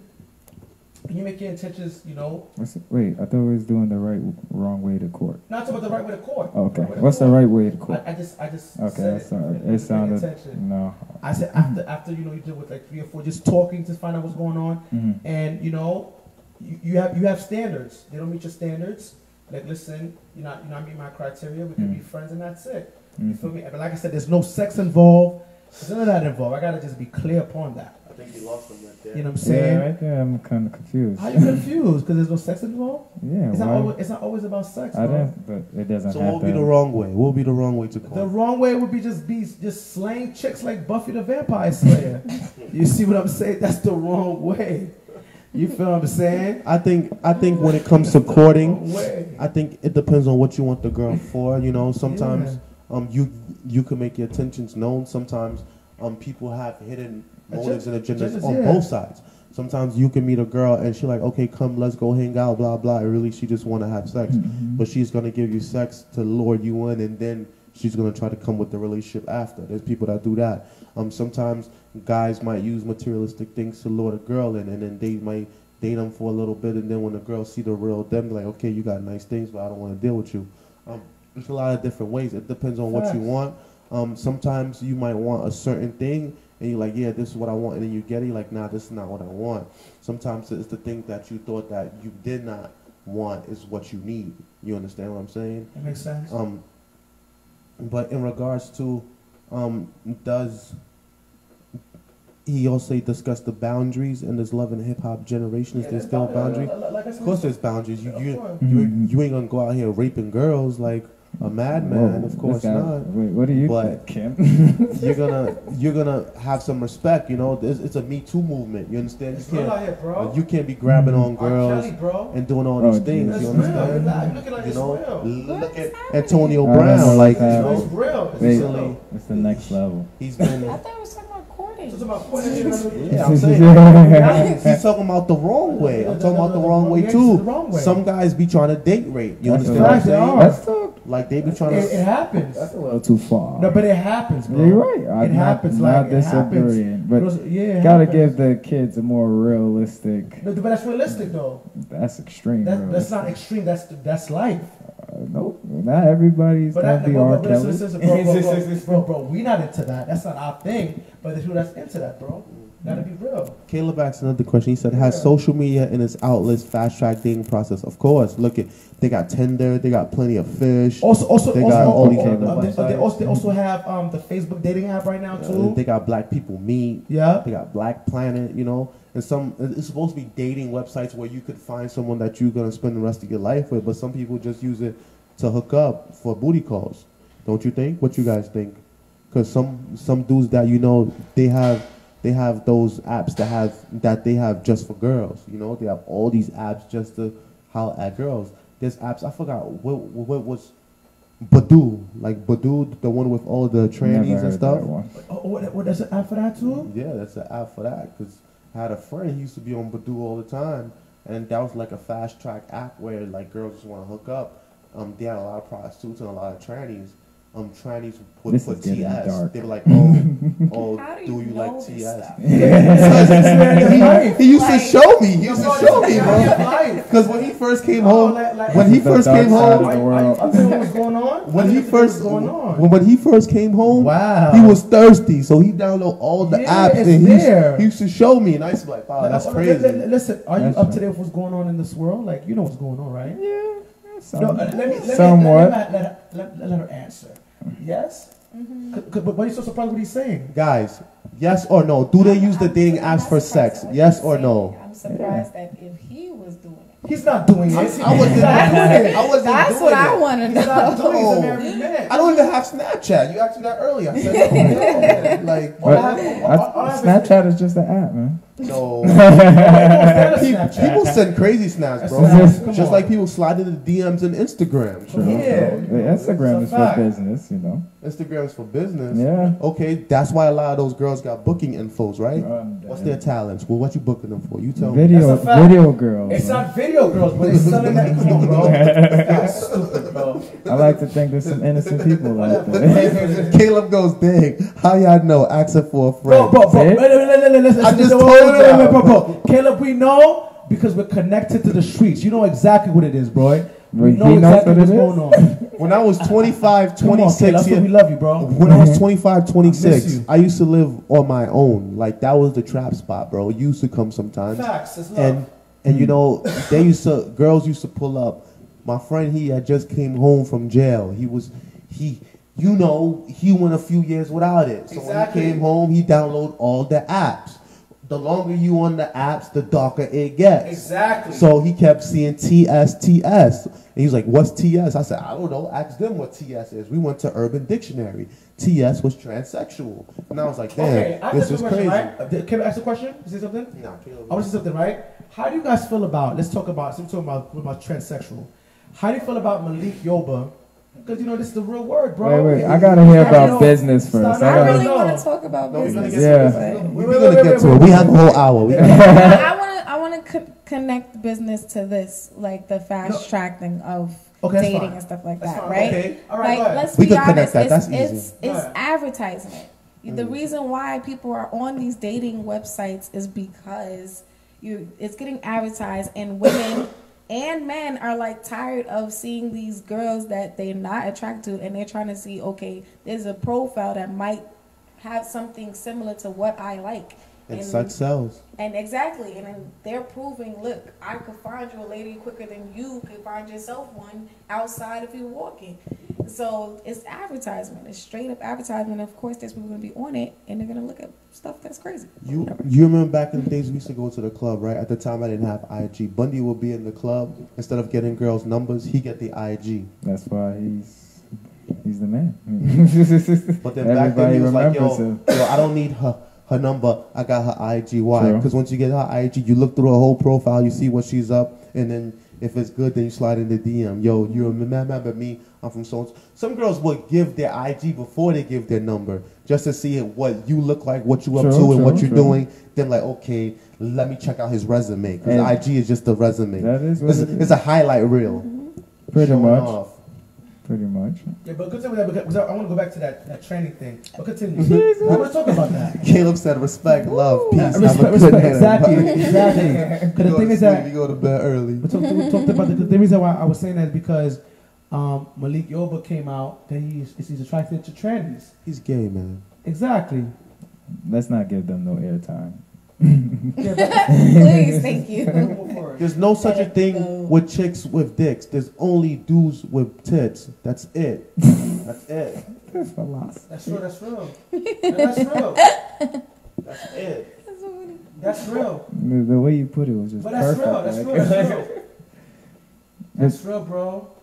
A: And you make your intentions, you know,
B: What's it- Wait, I thought we was doing the right, wrong way to court.
A: not about the right way to court.
B: Oh, okay,
A: Right way to
B: what's the
A: court.
B: right way to court?
A: I, I just, I just.
B: Okay,
A: said
B: I'm sorry.
A: You
B: It
A: know, make
B: sounded- Mm-hmm.
A: intention.
B: No.
A: I said after, after you know, you deal with like three or four, just talking to find out what's going on.
B: hmm
A: and you know, you, you have you have standards. They don't meet your standards. Like, listen, you're not you're not meeting my criteria. We can
B: Mm.
A: be friends, and that's it. You feel
B: hmm
A: me? But like I said, there's no sex involved. There's none of that involved. I gotta just be clear upon that.
F: I think you lost them right there.
A: You know what I'm
B: Yeah,
A: saying?
B: right there, I'm kind of confused.
A: How you confused? Because there's no sex involved.
B: Yeah,
A: It's not
B: why?
A: always it's not always about sex.
B: I
A: bro.
B: didn't, but it doesn't
C: So
B: have
C: what would be
B: to-
C: the wrong way? What would be the wrong way to
A: The
C: court?
A: wrong way would be just be just slaying chicks like Buffy the Vampire Slayer. you see what I'm saying? That's the wrong way. You feel what I'm saying?
C: I think I think when it comes to courting,
A: Wrong way.
C: I think it depends on what you want the girl for. You know, sometimes um you you can make your intentions known. Sometimes um people have hidden
A: Agen-
C: motives and agendas
A: agendas,
C: on
A: yeah.
C: both sides. Sometimes you can meet a girl and she like, okay, come, let's go hang out, blah blah. And really, she just want to have sex,
B: Mhm.
C: but she's gonna give you sex to lure you in, and then she's gonna try to come with the relationship after. There's people that do that. Um, sometimes guys might use materialistic things to lure the girl in, and then they might date them for a little bit, and then when the girls see the real them, be like, okay, you got nice things, but I don't want to deal with you. Um, there's a lot of different ways. It depends on what you
A: Facts.
C: want. Um, sometimes you might want a certain thing, and you're like, yeah, this is what I want, and then you get it, you're like, nah, this is not what I want. Sometimes it's the thing that you thought that you did not want is what you need. You understand what I'm saying?
A: That makes sense.
C: Um, but in regards to, um, does he also discuss the boundaries in this love and hip hop generation? Is there still a boundary? Of course, there's boundaries. You you
B: Mm-hmm.
C: you, ain't- you ain't gonna go out here raping girls like a madman.
B: Whoa,
C: Of course
B: this guy-
C: not.
B: Wait, what do you
C: But-
B: think, Kim?
C: You're gonna you're gonna have some respect. You know, it's, it's a Me Too movement. You understand?
A: It's
C: You
A: real
C: can't
A: out here, bro.
C: you can't be grabbing on
A: R. Kelly,
C: girls
A: bro.
C: and doing all
B: Mm-hmm. Oh,
C: these
B: geez.
C: things.
A: That's
C: You
A: real.
C: understand?
A: Like, you look at like
C: You
A: it's
C: know,
A: real.
C: look at
E: happening?
C: Antonio
B: I don't know
C: Brown. Like, uh, you
B: about that.
C: know,
A: It's real. It's
B: Wait.
A: real.
B: It's the next level.
C: he's
E: I
C: been
E: thought we were talking about
A: So it's about 400
C: Yeah, I'm saying. He's talking about the wrong way. I'm talking about the wrong way
A: Yeah, it's The
C: too.
A: wrong way.
C: Some guys be trying to date rape. You
B: That's
C: understand what I'm
A: right. They
C: saying?
A: are.
B: That's a,
C: Like they be
A: it,
C: trying
A: it
C: to.
A: happens.
B: that's a little too far.
A: No, but it happens, bro.
B: You're right. I'm
A: happens,
B: Not,
A: like,
B: not
A: it happens.
B: disagreeing, but
A: Those- yeah, it
B: gotta
A: happens.
B: give the kids a more realistic.
A: No, but that's realistic though.
B: That's extreme.
A: That, that's
B: realistic.
A: not extreme. That's that's life.
B: Uh, nope. Not everybody's
A: But
B: gonna
A: that,
B: be
A: bro,
B: R.
A: bro, listen,
B: Kelly.
A: listen, bro, bro, bro, bro, bro, we not into that. That's not our thing. But the people that's into that, bro, gotta be real.
C: Caleb asked another question. He said, "Has
A: Yeah.
C: social media and its outlets fast track dating process?" Of course. Look at they got Tinder. They got plenty of fish.
A: Also, also,
C: They
A: also,
C: got all
A: oh,
C: these
A: oh,
C: kind of
A: uh, they, uh, they
C: websites.
A: also, they also have um the Facebook dating app right now
C: Uh,
A: too.
C: they got Black People Meet.
A: yeah,
C: They got Black Planet. You know, and some it's supposed to be dating websites where you could find someone that you're gonna spend the rest of your life with. But some people just use it to hook up for booty calls. Don't you think? What you guys think? Because some some dudes that you know they have they have those apps that have that they have just for girls. You know, they have all these apps just to holler at girls. There's apps I forgot what what was Badoo like Badoo the one with all the
B: Never
C: trannies
B: heard that
C: and stuff.
B: one.
A: Oh, what, what does it app for that too?
C: Yeah, that's an app for that. Cause I had a friend he used to be on Badoo all the time, and that was like a fast track app where like girls just want to hook up. Um, they had a lot of prostitutes and a lot of trannies. Um, trannies would
B: This
C: put
B: is getting
C: TS.
B: dark.
C: They were like, oh, oh,
E: How
C: do
E: do
C: you,
E: you know
C: like
E: this
C: TS?
E: stuff?
A: Yeah.
C: he, he used
E: Like-
C: to show me. He used to show me, bro.
A: Life.
C: Cause when he first came
A: Oh,
C: home,
A: like- like-
C: when
B: This
C: he
B: is the
C: first
B: dark
C: came
B: side
C: home,
B: of the
A: I,
B: world.
A: I knew what was going on.
C: when
A: I
C: he
A: knew what was
C: first
A: going on.
C: when he first came home,
A: wow,
E: Uh-huh.
C: He was thirsty, so he downloaded all the
A: Yeah,
C: apps
A: it's
C: and he used,
A: there.
C: he used to show me, and I used to be like, wow,
E: oh,
C: that's
A: Now,
C: crazy.
A: li- li- Listen, are you
B: That's
A: up
B: right.
A: to date with what's going on in this world? Like, you know what's going on, right?
B: Some-
A: No, uh, let me, let me-
B: Somewhat.
A: Let, me- let, let, let, let her answer. Yes? C- c- but why are you so surprised what he's saying?
C: Guys, yes or no? Do they use the
E: I'm
C: dating
E: surprised
C: apps for
E: at
C: sex?
E: what
C: Yes
E: he's
C: or
E: saying.
C: no?
E: I'm surprised that if he was doing it.
A: He's not doing it.
C: I
A: He's
C: I wasn't doing it.
A: not doing it.
C: I wasn't
E: That's
C: doing
E: what
C: it.
E: I want to
A: He's not
E: know.
A: doing it. He's a
C: No.
A: married man.
C: I don't even have Snapchat. You asked me that earlier. I said, no, no. Like,
A: All I
B: But
A: have- all-
B: I-
A: all I have is-
B: Snapchat is just an app, man.
C: no.
A: He
C: Pe-
A: don't stand on
C: People
A: Snapchat.
C: send crazy snaps, bro.
A: Snapchat, come
C: Just
A: on.
C: like people slide into the DMs and Instagram.
A: True. Yeah.
B: So, the
A: It's a
B: Instagram is for
A: fact.
B: business, you know.
C: Instagram's for business.
B: Yeah.
C: Okay, that's why a lot of those girls got booking infos, right?
B: Um,
C: What's their talents? Well, what you booking them for? You tell me.
B: video?
A: That's a fact.
B: Video girls.
A: It's
B: man.
A: not video girls, but it's selling that. Come on, bro. That's stupid, bro.
B: I like to think there's some innocent people out there.
C: Caleb goes big. How y'all know? Ask her for a
A: Bro,
C: friend.
A: bro, bro.
B: See?
A: Wait, wait, wait, wait, wait, listen,
C: I
A: listen,
C: just
A: listen,
C: told
A: wait, wait, wait, wait, bro,
C: y'all.
A: bro. Caleb, we know because we're connected to the streets. You know exactly what it is, bro. We
B: He
A: know
B: knows
A: exactly
B: what it
A: what's
B: is?
A: going on.
C: When I was 25,
A: Come on,
C: 26
A: Caleb. That's why
C: year-
A: we love you, bro.
C: when I was 25,
A: I miss
C: 26,
A: you.
C: I used to live on my own. Like that was the trap spot, bro. It used to come sometimes.
A: Facts. It's love.
C: And and you know, they used to girls used to pull up. My friend he had just came home from jail. He was he you know, he went a few years without it. So
A: Exactly.
C: when he came home, he downloaded all the apps. The longer you on the apps, the darker it gets.
A: Exactly.
C: So he kept seeing TS, TS. And he was like, What's TS? I said, I don't know. Ask them what TS is. We went to Urban Dictionary. TS was transsexual. And I was like, Damn,
A: okay, I
C: this
A: asked a
C: is
A: question,
C: crazy.
A: right? Uh, Can I ask a question? You say something?
C: No, Caleb.
A: I want to say something, right? How do you guys feel about? Let's talk about. Since we're talking about, we're about transsexual, how do you feel about Malik Yoba? Because you know this is the real word, bro.
B: Wait, wait, I gotta hear about business
A: Stop.
B: first.
A: I
B: I
E: I
B: gotta,
A: don't
E: really
A: know.
E: want to talk about
C: No, we're gonna get
E: business.
B: Yeah.
C: to it.
A: Wait,
C: We're
A: wait,
C: gonna
A: wait,
C: get
A: wait,
C: to it.
A: wait.
C: We have a whole hour. We can-
E: I want to I want to co- connect business to this, like the fast
A: No.
E: track thing of
A: Okay, that's
E: dating
A: fine.
E: and stuff like
A: That's
E: that,
A: fine.
E: right?
A: Okay. All right, go
E: like,
A: ahead.
E: let's
C: We
E: be
C: can connect
E: honest.
C: that.
E: It's,
C: That's easy. Mm.
E: it's,
A: Go
E: it's
A: ahead.
E: advertisement. The reason why people are on these dating websites is because you it's getting advertised, and women and men are like tired of seeing these girls that they're not attracted to, and they're trying to see okay, there's a profile that might have something similar to what I like.
C: And such sells.
E: And exactly, and then they're proving, look, I could find you a lady quicker than you could find yourself one outside if you're walking. So it's advertisement. It's straight up advertisement. Of course, there's people gonna be on it, and they're gonna look at stuff that's crazy.
C: You you remember back in the days we used to go to the club, right? At the time I didn't have IG. Bundy would be in the club. Instead of getting girls' numbers, he get the IG.
B: that's why he's he's the man.
C: But then back then he was like, yo,
B: him.
C: yo, I don't need her her number. I got her IG. Why?
B: True.
C: Because once you get her IG, you look through her whole profile, you see what she's up, and then If it's good, then you slide in the DM. Yo, you remember me? I'm from so. Some girls would give their IG before they give their number just to see what you look like, what you up
B: True,
C: to, and what
B: true,
C: you're
B: true.
C: doing. Then like, okay, let me check out his resume
B: And-
C: because IG is just a resume.
B: That is what
C: It's,
B: it is.
C: it's a highlight reel.
B: pretty
C: Showing
B: much.
C: off.
B: Pretty much.
A: Yeah, but continue with that because I want to go back to that, that training thing. But continue. I want to talk about that.
C: Caleb said, "Respect, love, peace, have
A: Respect,
C: a good
A: respect,
C: night,
A: exactly,
C: everybody."
A: exactly. Because
C: Go
A: the
C: to
A: thing is
C: sleep,
A: that
C: you go to bed early.
A: we talked, we talked about the, the reason why I was saying that is because um, Malik Yoba came out that he's, he's attracted to trannies.
C: He's gay, man.
A: Exactly.
B: Let's not give them no airtime.
A: Yeah, but-
E: Please, thank you.
A: move forward.
C: There's no such a
E: Let it go.
C: thing with chicks with dicks. There's only dudes with tits. That's it. That's it.
B: That's philosophy.
A: That's real. That's real. That's real.
C: That's it.
A: That's real.
B: The the way you put it was just
A: But that's
B: perfect.
A: real. That's real.
B: like-
A: That's real. That's real, bro.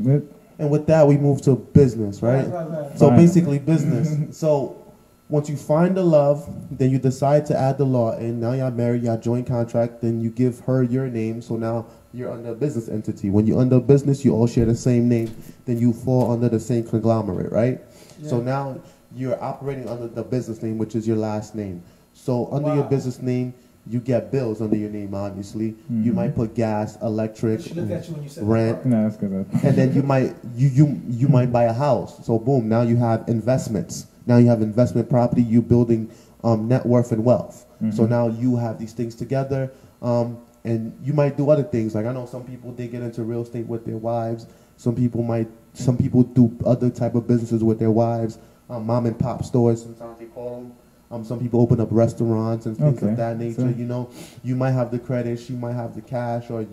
B: But
C: And with that, we move to business, right?
A: Right, right, right.
C: So
B: Fine.
C: basically, business. so once you find the love, then you decide to add the law, and now y'all married, y'all joint contract. Then you give her your name, so now you're under a business entity. When you're under business, you all share the same name. Then you fall under the same conglomerate, right? So
A: Yeah.
C: now you're operating under the business name, which is your last name. So under
A: Wow.
C: your business name, you get bills under your name. Obviously, you
B: Mhm.
C: might put gas, electric,
A: she looked at Mm-hmm. you when you said that
C: rent,
A: part.
B: no, that's because I.
C: and then you might you you you might buy a house. So boom, now you have investments. Now you have investment property. You building um, net worth and wealth. So
B: Mhm.
C: now you have these things together, um, and you might do other things. Like I know some people they get into real estate with their wives. Some people might some people do other type of businesses with their wives. Um, mom and pop stores sometimes they call them. Um, some people open up restaurants and things
B: Okay,
C: of that nature.
B: so-
C: You know, you might have the credit, she might have the cash, or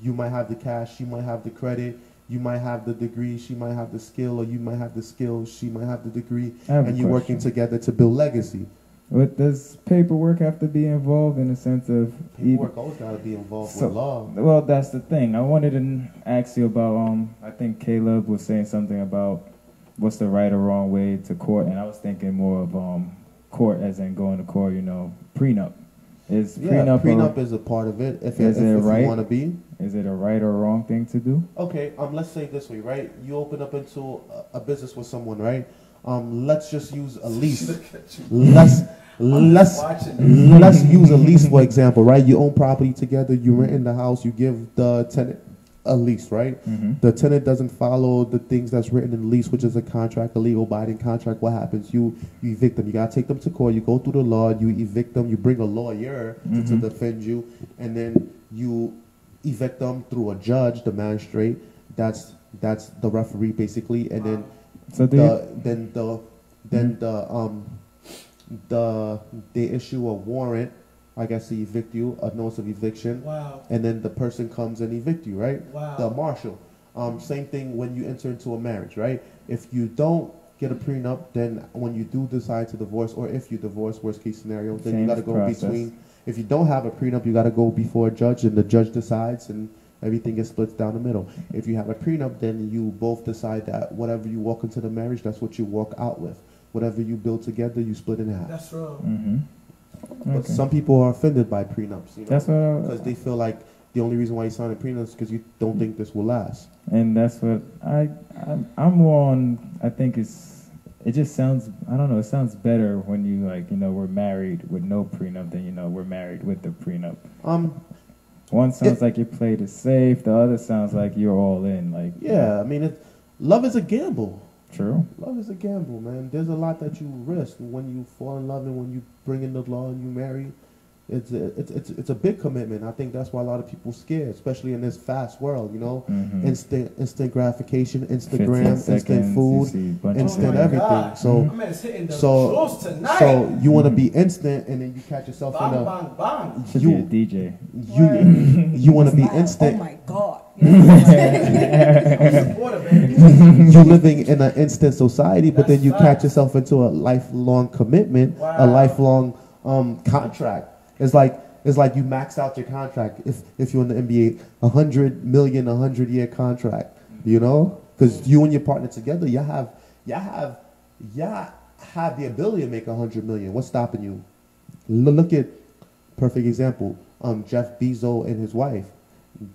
C: you might have the cash, she might have the credit. You might have the degree, she might have the skill, or you might have the skill, she might have the degree,
B: I have a
C: and you're
B: question.
C: working together to build legacy.
B: What does paperwork have to be involved in the sense of
C: Paperwork always got to be involved
B: So-
C: with law.
B: Well, that's the thing. I wanted to n- ask you about. Um, I think Caleb was saying something about what's the right or wrong way to court, and I was thinking more of um, court as in going to court. You know, prenup. Is
C: Yeah,
B: prenup,
C: prenup,
B: a-
C: is a part of it. If,
B: Is
C: if,
B: it
C: if
B: right?
C: you want to be
B: is it a right or wrong thing to do?
C: okay, um, let's say it this way, right? You open up into a, a business with someone, right? Um, let's just use a
A: She
C: lease.
A: looked at you.
C: let's
A: I'm just
C: let's
A: watching this.
C: let's use a lease for example, right? You own property together, you rent in the house, you give the tenant a lease, right?
B: Mm-hmm.
C: The tenant doesn't follow the things that's written in the lease, which is a contract, a legal binding contract. What happens? You you evict them. You gotta take them to court. You go through the law. You evict them. You bring a lawyer to-
B: Mhm.
C: to defend you, and then you evict them through a judge, the magistrate. That's that's the referee basically, and then
B: So do you,
C: the then the then the um the they issue a warrant, I guess to evict you, a notice of eviction,
A: Wow.
C: and then the person comes and evict you, right?
A: Wow.
C: The marshal. Um, same thing when you enter into a marriage, right? If you don't get a prenup, then when you do decide to divorce, or if you divorce, worst case scenario, then
B: Same
C: you got to go
B: process.
C: between. If you don't have a prenup, you got to go before a judge, and the judge decides, and everything gets split down the middle. If you have a prenup, then you both decide that whatever you walk into the marriage, that's what you walk out with. Whatever you build together, you split in half.
A: That's real.
B: hmm
C: But some people are offended by prenups, you know,
B: that's what.
C: because
B: I,
C: they feel like the only reason why you signed a prenup is because you don't think this will last.
B: and that's what I. I'm, I'm more on. I think it's. It just sounds. I don't know. It sounds better when you like. You know, we're married with no prenup than you know we're married with the prenup.
C: Um,
B: One sounds like you played it safe. The other sounds like you're all in. Like
C: Yeah, I mean, it, love is a gamble.
B: true.
C: Love is a gamble, man. There's a lot that you risk when you fall in love and when you bring in the law and you marry. It's a, it's, it's, it's a big commitment. I think that's why a lot of people scared, especially in this fast world, you know?
B: Mhm.
C: Instant, instant gratification,
B: 15
C: Instagram,
B: seconds,
C: instant food,
B: you see Oh bunches of
C: instant
A: my
B: things.
C: everything.
A: God.
C: So,
A: My man is hitting the
C: Mm-hmm. So-
A: jewels tonight.
C: so you want to
B: Mhm.
C: be instant and then you catch yourself in
A: bang,
C: a.
A: bang, bang.
B: Should
C: You-
B: be a DJ.
C: You, you want to be
E: Oh
C: instant.
E: my god. Yes.
A: I'm a supporter, baby.
C: you're living in an instant society, but
A: That's
C: then you
A: facts.
C: catch yourself into a lifelong commitment,
A: Wow.
C: a lifelong um, contract. It's like it's like you max out your contract if if you're in the NBA, a hundred million, a hundred year contract. You know, because you and your partner together, y'all have y'all have y'all have the ability to make a hundred million. What's stopping you? L- look at perfect example. Um, Jeff Bezos and his wife.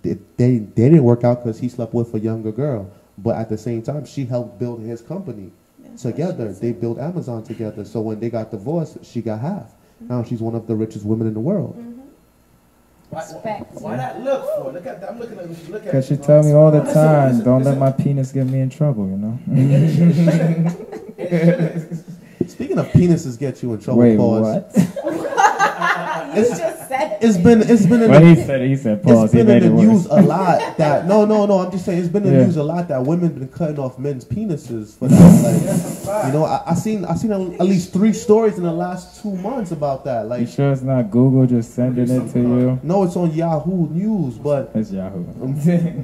C: they, they they didn't work out because he slept with a younger girl. But at the same time, she helped build his company
D: That's what she
C: together.
D: said.
C: They built Amazon together. So when they got divorced, she got half. Now she's one of the richest women in the world.
A: Why, why,
D: Respect.
A: why not look for? it? Look at. I'm looking at. Look at.
B: Because she
A: it.
B: tell me all the
A: Listen,
B: time,
A: listen,
B: don't let
A: listen.
B: my penis get me in trouble, you know?
A: It shouldn't. It shouldn't.
C: Speaking of penises, get you in trouble.
B: Wait,
C: pause.
B: what?
D: You
C: It's-
D: just said
C: It's been it's been in
B: When
C: the,
B: he said, it, he said pause,
C: it's
B: he
C: been in
B: made
C: the
B: it
C: news
B: worse.
C: a lot that no no no I'm just saying it's been in the
B: Yeah.
C: news a lot that women been cutting off men's penises for that. Like, you know I, I seen I seen at at least three stories in the last two months about that.
B: You
C: Like
B: sure it's not Google just sending it to you?
C: no, it's on Yahoo News, but
B: It's Yahoo.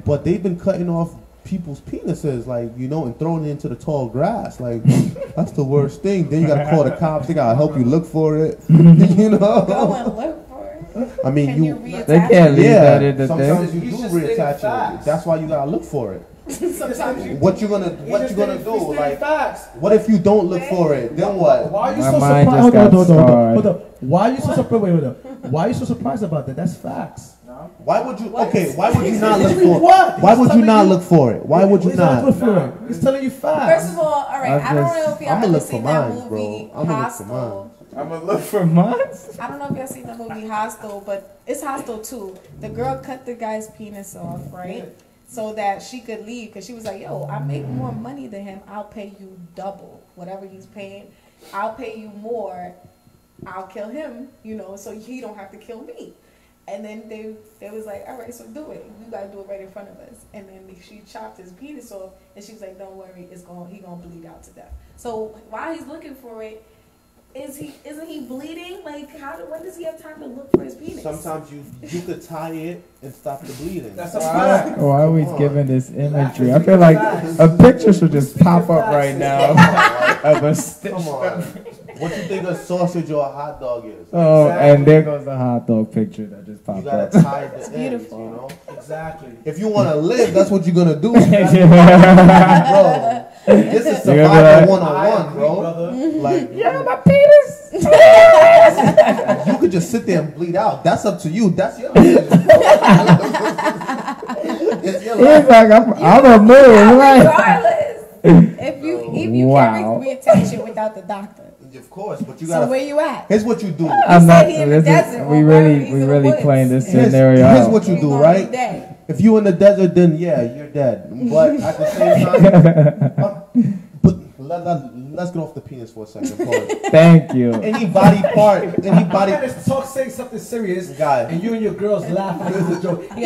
C: but they've been cutting off people's penises, like you know, and throwing it into the tall grass. Like that's the worst thing. Then you gotta call the cops. They gotta help you look for it. you
E: Go
C: know,
E: and look for it.
C: I mean,
E: Can you
C: you.
E: reattach
B: They can't leave
C: Yeah,
B: that in the thing.
C: sometimes you
A: You
C: do
A: should stay the
C: reattach it.
A: facts.
C: That's why you gotta look for it.
A: Sometimes you-
C: What you gonna
A: He
C: What
A: just
C: you gonna
A: stated-
C: do?
A: he stated
C: Like,
A: facts.
C: what if you don't look for it? Then what?
A: Why are you
B: My
A: so
B: mind
A: surprised?
B: just
A: Hold on,
B: got
A: hold on, hold on,
B: scarred.
A: hold on. Why are you so surprised? Wait, wait, wait. Why are you so surprised about that? That's facts.
C: Why would you?
E: What?
C: Okay, why would you not look
A: Literally
C: for?
A: what?
C: Why
A: He's
C: would you
A: telling
C: not look for it? Why would you
A: He's not
C: not?
A: looking for it. He's telling you facts.
E: First of all, all right,
B: I've
E: I don't
B: just-
E: know if y'all
C: I'ma
E: ever
C: look for
E: seen that
C: mine,
E: movie
C: bro. I'ma look for
E: Hostel.
B: I'm gonna look for months.
E: I don't know if y'all seen the movie Hostel, but it's Hostel too. The girl cut the guy's penis off, right? So that she could leave because she was like, yo, I make more money than him. I'll pay you double whatever he's paying. I'll pay you more. I'll kill him, you know, so he don't have to kill me. And then they they was like, all right, so do it. You gotta do it right in front of us. And then she chopped his penis off, and she was like, don't worry, it's going he gonna bleed out to death. So while he's looking for it, is he isn't he bleeding? Like how do, when does he have time to look for his penis?
C: Sometimes you you could tie it and stop the bleeding.
A: That's a fact.
B: Oh, I always
C: Come on.
B: giving this imagery. I feel like a picture should just pop up right now of a stitch.
C: Come on. what you think a sausage or a hot dog is?
B: Oh, and there goes the hot dog picture that just
C: You
B: popped
C: gotta
B: up.
C: tie the ends,
E: beautiful.
C: you know?
A: Exactly.
C: If you wanna live, that's what you're gonna do. That's-
B: yeah,
C: bro, this is
B: You're gonna be like-
C: survival one on one,
A: agree,
C: bro.
A: brother.
C: Like
B: my penis.
C: you could just sit there and bleed out. That's up to you. That's your life. it's your
B: He's
C: life.
B: like, I'm, I'm a man, right?
E: Regardless, if you if you
B: Wow.
E: can't reach reattach it without the doctor,
C: Of course, but you
E: so
C: gotta
E: where you at?
C: here's what you do.
B: I'm
E: He
B: not.
E: said he in the
B: This
E: desert,
B: is, we
E: well,
B: really,
E: why he's
B: we
E: in the
B: really
E: woods?
B: playing this
C: Here's,
B: scenario
C: here's
B: out.
C: what you
E: We
C: do,
E: gonna
C: right?
E: dead.
C: If you in the desert, then yeah, you're dead. But at the same time, um, but let, us get off the penis for a second. Pause.
B: Thank you.
C: Any body part, any body,
A: Man is talk saying something serious,
C: guys,
A: and you and your girls laugh like it's a joke.
E: Because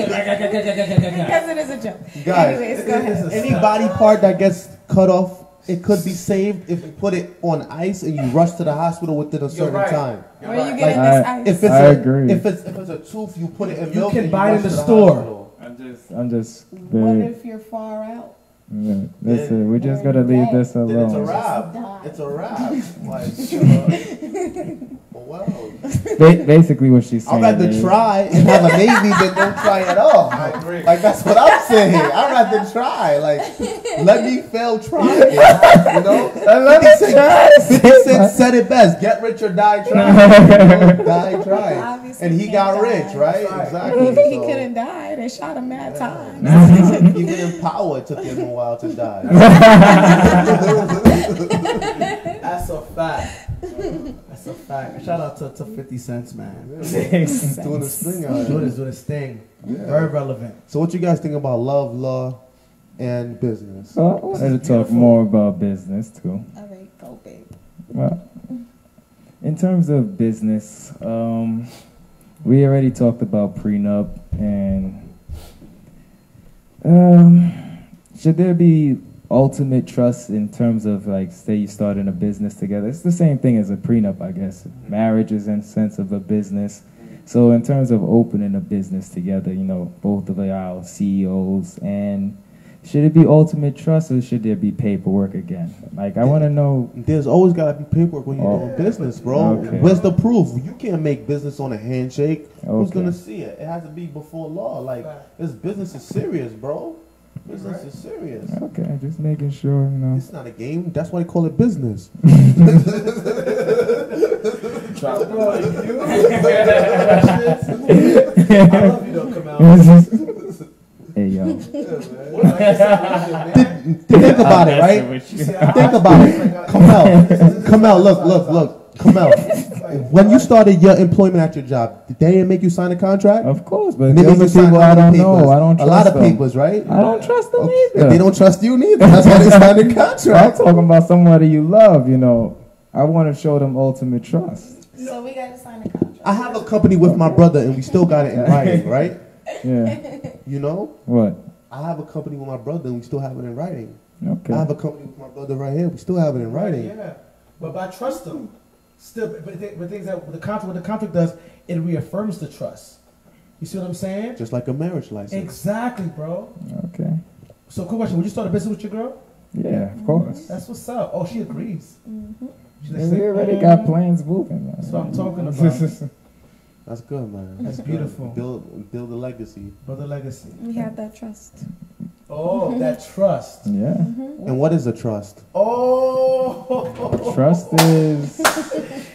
E: it is a joke.
C: guys,
E: Anyways, go ahead.
C: any body part that gets cut off, it could be saved if you put it on ice and you rush to the hospital within a certain
A: right.
C: time.
A: You're
E: Where you
A: right.
E: getting
B: Like,
C: If
E: this ice?
C: it's
B: I
C: a,
B: agree.
C: if it's if it's a tooth, you put it in
A: You
C: milk.
A: can
C: and
A: buy it in
C: rush
A: the
C: to
A: store.
C: hospital.
B: I'm just, I'm just.
E: what
B: Very,
E: if you're far out?
B: yeah, listen, we're just gonna leave this
C: Then it's a
B: alone.
C: wrap.
E: die.
C: It's a wrap. Like, uh, well.
B: Ba- basically, what she's
C: I'd
B: saying.
C: rather
B: is-
C: try and have a baby than don't try at all.
A: I agree.
C: Like that's what I'm saying. I'd rather try. Like let me fail trying. it. You know?
B: I love
C: Fifty
B: it.
C: Cent-
B: Fifty
C: 50 Cent said it best. Get rich or die trying. You know, die trying.
E: Obviously
C: And he
E: can't
C: got
E: die.
C: rich, right?
A: Right.
C: Exactly.
E: he
C: So,
E: couldn't die. They shot him mad times.
C: Even in power it took him a while to die.
A: That's a fact. That's a fact. Shout out to, to 50 Cents, man.
C: Doing his thing out
A: Doing
C: here.
A: his, doing his thing.
C: Yeah.
A: Very relevant.
C: So what you guys think about love, law, and business?
B: So I wanted to talk
A: Beautiful.
B: more about business too.
E: All right, go, babe.
B: Well, in terms of business, um, we already talked about prenup and um, should there be ultimate trust in terms of like say you start in a business together? It's the same thing as a prenup, I guess. Marriage is in sense of a business. So in terms of opening a business together, you know, both of our CEOs and should it be ultimate trust or should there be paperwork again? Like I want to know
C: There's always gotta be paperwork when you're
B: Oh.
C: doing business, bro.
B: Okay.
C: Where's the proof? You can't make business on a handshake. Who's
B: Okay.
C: gonna see it? It has to be before law. Like this business is serious, bro. Business is serious.
B: Okay, just making sure, you know.
C: It's not a game. That's why they call it business.
A: Bro, you- I love you though, Kamal.
B: me out.
C: Think think about it, right? Think about it. Kamel, Kamel, look, look, look. Kamel, when you started your employment at your job, did they didn't make you sign a contract?
B: Of course, but
C: Maybe
B: those
C: you
B: are
C: signed
B: Uh, people
C: a
B: I don't know.
C: lot of papers.
B: I don't trust
C: A lot of
B: them.
C: papers, right?
B: I don't trust them
C: Okay.
B: either.
C: If they don't trust you neither. That's why they signed a contract.
B: I'm talking about somebody you love. You know, I want to show them ultimate trust.
E: So we got to sign a contract.
C: I have a company with my brother, and we still got it in writing, right?
B: Yeah.
C: You know,
B: what?
C: I have a company with my brother, and we still have it in writing.
B: Okay.
C: I have a company with my brother right here. We still have it in writing.
A: Yeah, but, but I trust them. Still, but, but thi- but things that the contract, what the contract does, it reaffirms the trust. You see what I'm saying?
C: Just like a marriage license.
A: Exactly, bro.
B: Okay.
A: So, quick question: Would you start a business with your girl?
B: Yeah, of course.
A: That's what's up. Oh, she agrees.
E: Mhm.
A: She's like,
B: And we already got plans moving. Man.
A: That's what I'm talking about.
C: That's good, man.
A: That's
C: good.
A: beautiful.
C: Build, build a legacy.
A: Brother legacy.
E: We have that trust.
A: Oh, that trust.
B: yeah.
C: And what is a trust?
A: Oh,
B: Trust is.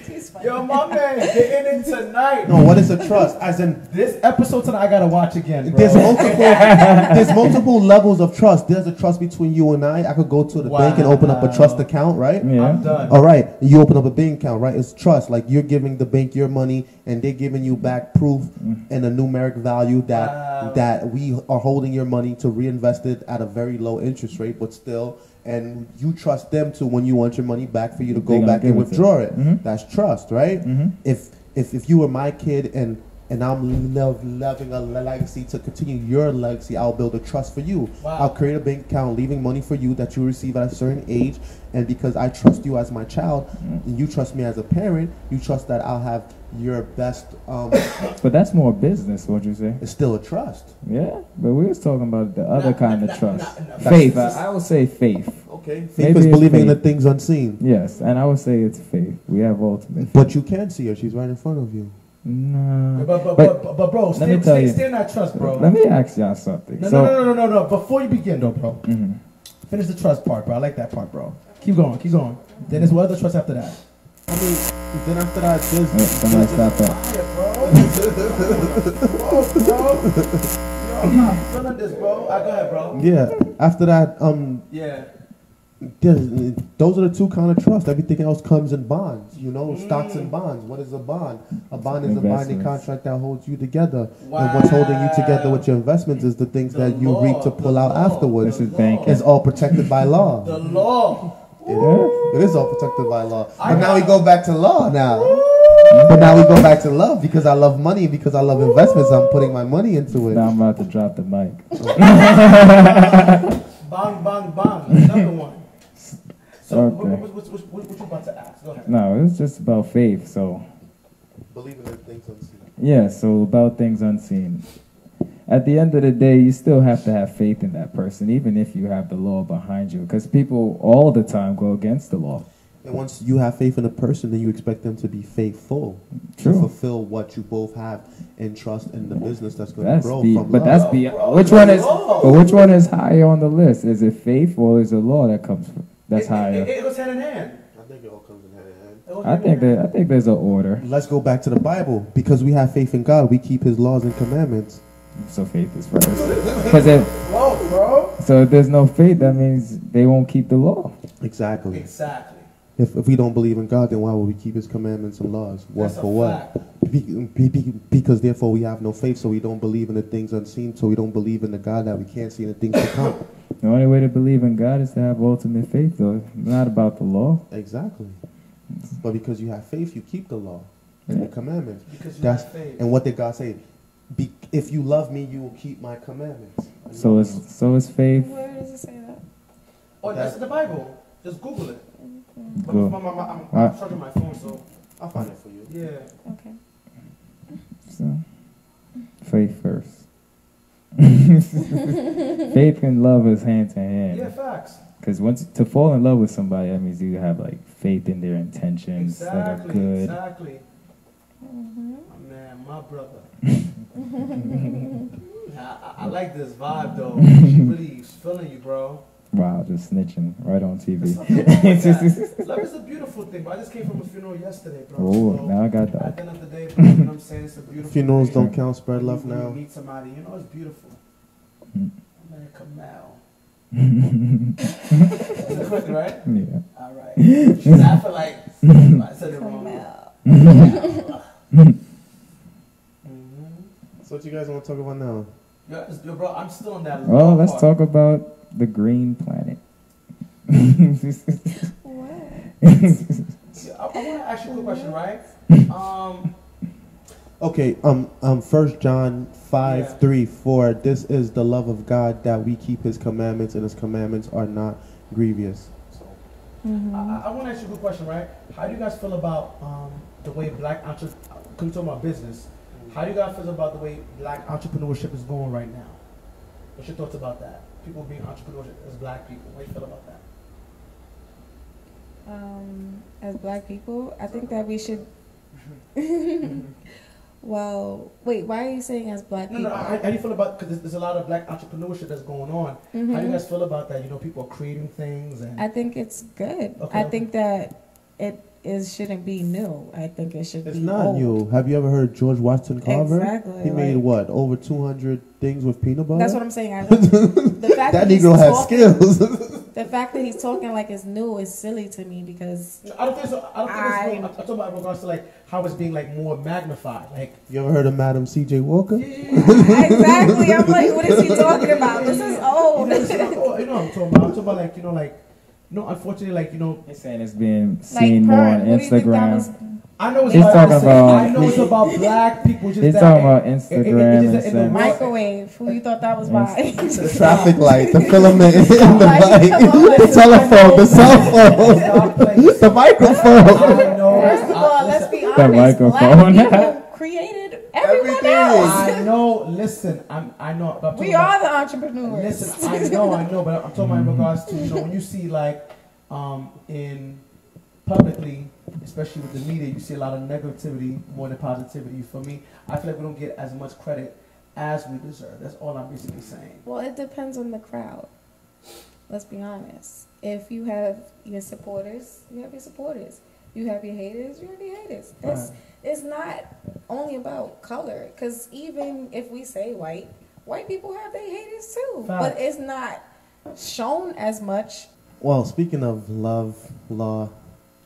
E: He's funny.
A: Yo, my man, get in it tonight.
C: No, what is a trust? As in,
A: This episode tonight, I gotta watch again, bro.
C: there's multiple, there's multiple levels of trust. There's a trust between you and I. I could go to the bank and open up a trust
A: Wow.
C: account, right?
A: I'm
B: Yeah.
A: done.
C: All right, you open up a bank account, right? It's trust. Like you're giving the bank your money, and they're giving you back proof
B: Mm.
C: and a numeric value that
A: Wow.
C: that we are holding your money to reinvest it at a very low interest rate, but still, and you trust them to when you want your money back for you to
B: They
C: go
B: gonna
C: back and
B: give it to
C: withdraw it.
B: Mhm.
C: That's trust, right?
B: hmm
C: If if if you were my kid and and I'm love, loving a legacy to continue your legacy. I'll build a trust for you.
A: Wow.
C: I'll create a bank account, leaving money for you that you receive at a certain age. And because I trust you as my child, and you trust me as a parent, you trust that I'll have your best. Um,
B: But that's more business, would you say?
C: it's still a trust.
B: Yeah. But we was talking about the other kind
A: nah,
B: of trust.
A: nah, nah.
B: faith. I, I would say faith.
C: Okay. Faith
B: Maybe
C: is
B: it's
C: believing in the
B: faith.
C: things unseen.
B: Yes, and I would say it's faith. We have ultimate.
C: But you can see her. She's right in front of you.
B: No.
A: But, but,
B: But-
A: but, but, but bro,
B: me
A: stay,
B: tell
A: stay,
B: you.
A: stay in that trust, bro.
B: Let me ask y'all something.
A: No,
B: so,
A: no, no, no, no, no, no. Before you begin, though, bro,
B: Mhm.
A: finish the trust part, bro. I like that part, bro. Keep going, keep going. Then there's what other trust after that?
C: I mean, then after that, there's,
B: Yeah, uh, somebody stop that.
A: I'm not feeling this, bro. I go ahead, bro.
C: yeah. After that, um,
A: Yeah.
C: There's, those are the two kind of trusts. Everything else comes in bonds, you know, stocks
A: Mm.
C: and bonds. What is a bond? A bond is a binding
B: Investments.
C: contract that holds you together. And what's holding you together with your investments is the things
A: The
C: that you
A: law,
C: reap to pull
A: the
C: out
A: law,
C: afterwards.
B: This is
A: the
B: banking.
C: It's all protected by law.
A: The law.
C: It- it is all protected by law.
A: I
C: But now we
A: got-
C: go back to law now. But now we go back to love because I love money, because I love investments. I'm putting my money into
B: Now
C: it.
B: I'm about to drop the mic.
A: Bang, bang, bang. Another one. So,
B: Okay.
A: what, what, what, what, what, what you about to ask? Go ahead.
B: No, it was just about faith. So,
C: Believing in things unseen.
B: yeah, so about things unseen. At the end of the day, you still have to have faith in that person, even if you have the law behind you. Because people all the time go against the law.
C: And once you have faith in a person, then you expect them to be faithful
B: True.
C: to fulfill what you both have and trust in the business that's going to
B: That's
C: grow
B: be,
C: from
B: but
C: love.
B: that's be. Which one is? But which one is higher on the list? Is it faith or is it law that comes? That's
A: it, It,
B: higher.
A: it, it goes hand in hand.
C: I think it all comes in hand in hand.
A: It goes
B: I
A: hand in
B: think
A: hand.
B: that I think there's an order.
C: Let's go back to the Bible because we have faith in God. We keep His laws and commandments.
B: So faith is first. Because if
A: Whoa, bro.
B: So if there's no faith, that means they won't keep the law.
C: Exactly.
A: Exactly.
C: If, if we don't believe in God, then why would we keep His commandments and laws? What
A: That's a
C: for what?
A: fact.
C: Be, be, be- because therefore we have no faith, so we don't believe in the things unseen, so we don't believe in the God that we can't see and the things to come.
B: The only way to believe in God is to have ultimate faith, though. It's not about the law.
C: exactly. But because you have faith, you keep the law and the commandments.
A: Because you
C: That's
A: have faith.
C: and what did God say? Be, if you love me, you will keep my commandments.
B: So it's so it's faith.
E: Where does it say that?
A: Oh, that's in the Bible. Just Google it. But
B: Go.
A: my, my, my, I'm,
B: Alright.
A: I'm charging my phone, so
C: I'll find it for you.
A: yeah.
E: Okay.
B: So faith first. faith and love is hand to
A: Yeah,
B: hand.
A: facts.
B: Because once to fall in love with somebody, that means you have like faith in their intentions that are
A: Exactly,
B: good.
A: exactly. My man, my brother. I, I, I like this vibe though. She really is feeling you, bro.
B: Wow, just snitching right on
A: There's
B: TV.
A: something wrong with that. Love is a beautiful thing, bro. I just came from a funeral yesterday, bro.
B: Oh,
A: So,
B: now I got
A: At
B: that.
A: the end of the day, bro, you know what I'm saying? It's a beautiful
C: Funerals
A: thing.
C: don't count. Spread love
A: When you
C: now.
A: meet somebody, you know it's beautiful.
B: Mm.
A: Man, Kamau.
B: yeah.
A: Is it correct, right? All right. I feel like I said it wrong. Mhm.
C: So what you guys want to talk about now?
A: Yo, it's- yo, bro, I'm still on that.
B: Well, Oh, let's
A: part.
B: talk about the green planet.
E: What?
A: Yeah, I, I want to ask you a quick question, right? Um,
C: Okay, um, um, First John five
A: Yeah.
C: three four. This is the love of God that we keep His commandments, and His commandments are not grievous.
A: so
B: Mm-hmm.
A: I- I, I want to ask you a quick question, right? How do you guys feel about um, the way black entrepreneurs, can talk about business? How do you guys feel about the way black entrepreneurship is going right now? What's your thoughts about that? People being entrepreneurs as black people. How do you feel about that?
E: Um, as black people, I think that we should. well, wait. Why are you saying as black
A: No,
E: people?
A: no, how, how do you feel about, because there's, there's a lot of black entrepreneurship that's going on.
E: Mhm.
A: How do you guys feel about that? You know, people are creating things and.
E: I think it's good.
A: Okay.
E: I think that it is shouldn't be new. I think it should
C: It's
E: be
C: not
E: old.
C: new. Have you ever heard George Washington Carver?
E: Exactly.
C: He made
E: like,
C: what over two hundred things with peanut butter.
E: that's what I'm saying. I don't, the fact
C: that
E: that he's
C: Negro has
E: talking-
C: skills.
E: The fact that he's talking like it's new is silly to me because
A: I don't think so. I don't think it's
E: I-
A: really, I'm I'm talking about in regards to like how it's being like more magnified. Like,
C: you ever heard of Madam C.J. Walker?
E: exactly. I'm like, what is he talking about? This is
A: you
E: old.
A: know, it's not- oh, you know what I'm talking about. I'm talking about like you know like no, unfortunately like you know
B: He's saying it's being
E: Like,
B: seen more on
E: Pern, what do you think that was
B: Instagram.
A: I know it's
B: He's
A: about,
B: talking
A: I
B: about-
A: know it's about black people. Just
B: He's
A: that
B: talking about
A: it- it-
B: Instagram
A: it
B: and
A: just- it
B: stuff.
A: don't-
E: Microwave. Who you thought that was by?
C: The traffic light, the filament in the
E: Like, come
C: light,
E: on.
C: the telephone, the cell phone,
A: Stop, like,
C: the microphone.
A: I know.
E: First of all, let's be honest.
B: microphone.
E: Black people created everyone
C: Everything.
E: else.
A: I know. Listen, I'm. I know. But I'm talking
E: We
A: about-
E: are the entrepreneurs.
A: Listen, I know, I know, but I'm talking about
C: Mm-hmm.
A: in regards to you know when you see like um, in publicly, especially with the media, you see a lot of negativity more than positivity. For me, I feel like we don't get as much credit as we deserve. That's all I'm basically saying.
E: Well, it depends on the crowd. Let's be honest. If you have your supporters, you have your supporters. You have your haters, you have your haters. It's, it's not only about color, because even if we say white, white people have their haters too. But
A: Facts.
E: it's not shown as much.
C: Well, speaking of love, law,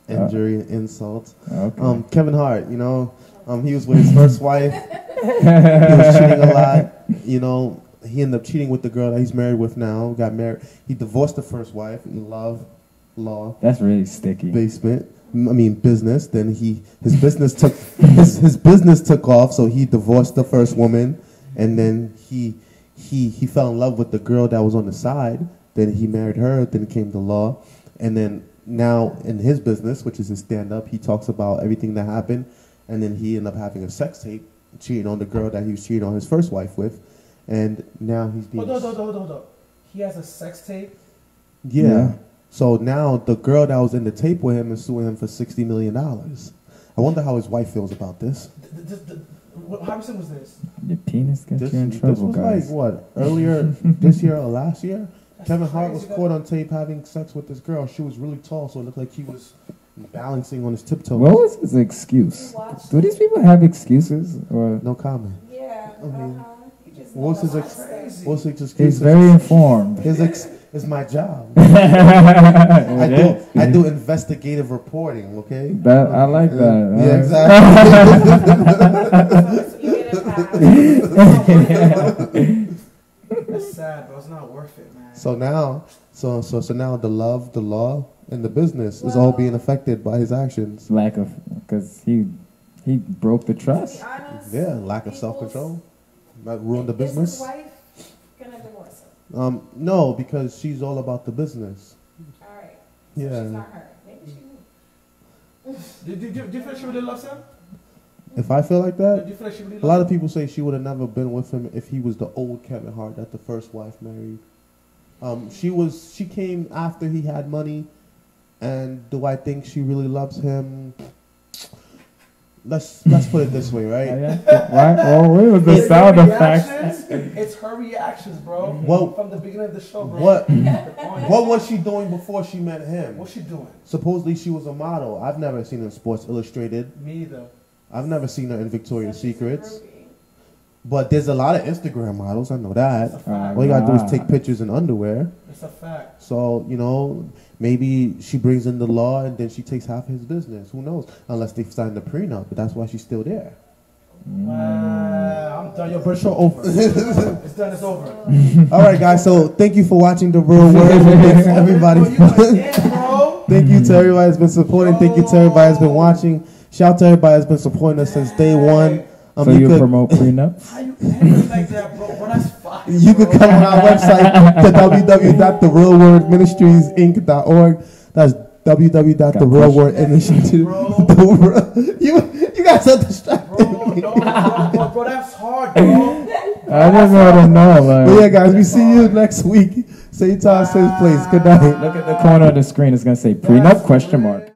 C: injury, and insult,
B: Okay.
C: um, Kevin Hart, you know, um, he was with his first wife. he was cheating a lot. You know, he ended up cheating with the girl that he's married with now. Got married. He divorced the first wife in love, law,
B: That's really sticky.
C: basement. m- I mean business. Then he his business took his, his business took off. So he divorced the first woman, and then he he he fell in love with the girl that was on the side. Then he married her. Then came the law, and then now in his business, which is his stand up, he talks about everything that happened, and then he ended up having a sex tape cheating on the girl that he was cheating on his first wife with, and now he's being
A: Hold on, hold on, hold on, hold on. He has a sex tape.
C: yeah.
B: Yeah.
C: So now the girl that was in the tape with him is suing him for sixty million dollars. I wonder how his wife feels about this.
A: Th- th- th- th- what- How recent was this?
B: Your penis gets
C: This,
B: you in
C: this
B: trouble,
C: was
B: guys.
C: like what earlier this year or last year.
A: That's
C: Kevin Hart was
A: crazy,
C: caught on tape having sex with this girl. She was really tall, so it looked like he was balancing on his tiptoes.
B: What was his excuse? Do these people have excuses? Or
C: No comment.
E: Yeah.
C: Okay.
E: uh-huh.
C: What was his
A: That's
C: ex-
A: crazy.
C: what's his
B: he's
C: excuse?
B: very informed.
C: His ex is my job. I
B: I
C: do I do investigative reporting. Okay.
B: That I like that.
C: Yeah,
B: Alright.
C: exactly.
E: You get it back.
A: That's sad, bro. It's not worth it, man.
C: So now, so so so now, the love, the law, and the business is all being affected by his actions.
B: Lack of, because he he broke the
E: To be
B: trust.
E: honest,
C: Yeah, lack of
E: people's-
C: self control, might ruin the
E: is his
C: business.
E: wife gonna divorce him?
C: Um, no, because she's all about the business.
E: All right. So She's
C: Yeah.
E: not her. Maybe she.
A: Did, did, did, you feel like she really loves him?
C: If I feel like
A: Did
C: that,
A: you feel like she really
C: a lot
A: loves
C: of people say she would have never been with him if he was the old Kevin Hart that the first wife married. Um, she was she came after he had money, and do I think she really loves him? Let's let's put it this way, right?
B: Right? Oh, where was the
A: It's
B: sound
A: her
B: effects?
A: reactions- It's her reactions, bro.
C: Well,
A: from the beginning of the show, bro.
C: What
A: What?
C: what was she doing before she met him?
A: What's she doing?
C: Supposedly she was a model. I've never seen her in Sports Illustrated.
A: Me either.
C: I've never seen her in Victoria's
E: So she's a
C: Secrets.
E: groupie.
C: But there's a lot of Instagram models. I know that.
A: That's a fact.
C: All you gotta do is take pictures in underwear.
A: It's a fact.
C: So you know, maybe she brings in the law and then she takes half his business. Who knows? Unless they sign the prenup, but that's why she's still there.
A: Wow, I'm done. Your bird show over. it's done. It's over.
C: All right, guys. So thank you for watching the Real World. Thanks, everybody.
A: Bro, you like, damn, bro.
C: Thank you to everybody that's been supporting. Thank you to everybody that's been watching. Shout out to everybody that's been supporting us since day one. Um,
B: so you,
C: you, could,
B: promote prenups?
A: How you angry like that, bro? Bro, that's fire.
C: you could
A: bro.
C: come on our website to www.therealworldministriesinc.org. That's www.therealworldinitiative. you you guys are distracted.
A: Bro, no, bro, bro, bro, that's hard, bro.
B: I just want to know. Like,
C: But yeah, guys, we see you next week. Same time, same place. Good night.
B: Look at the corner of the screen. It's gonna say prenup question mark.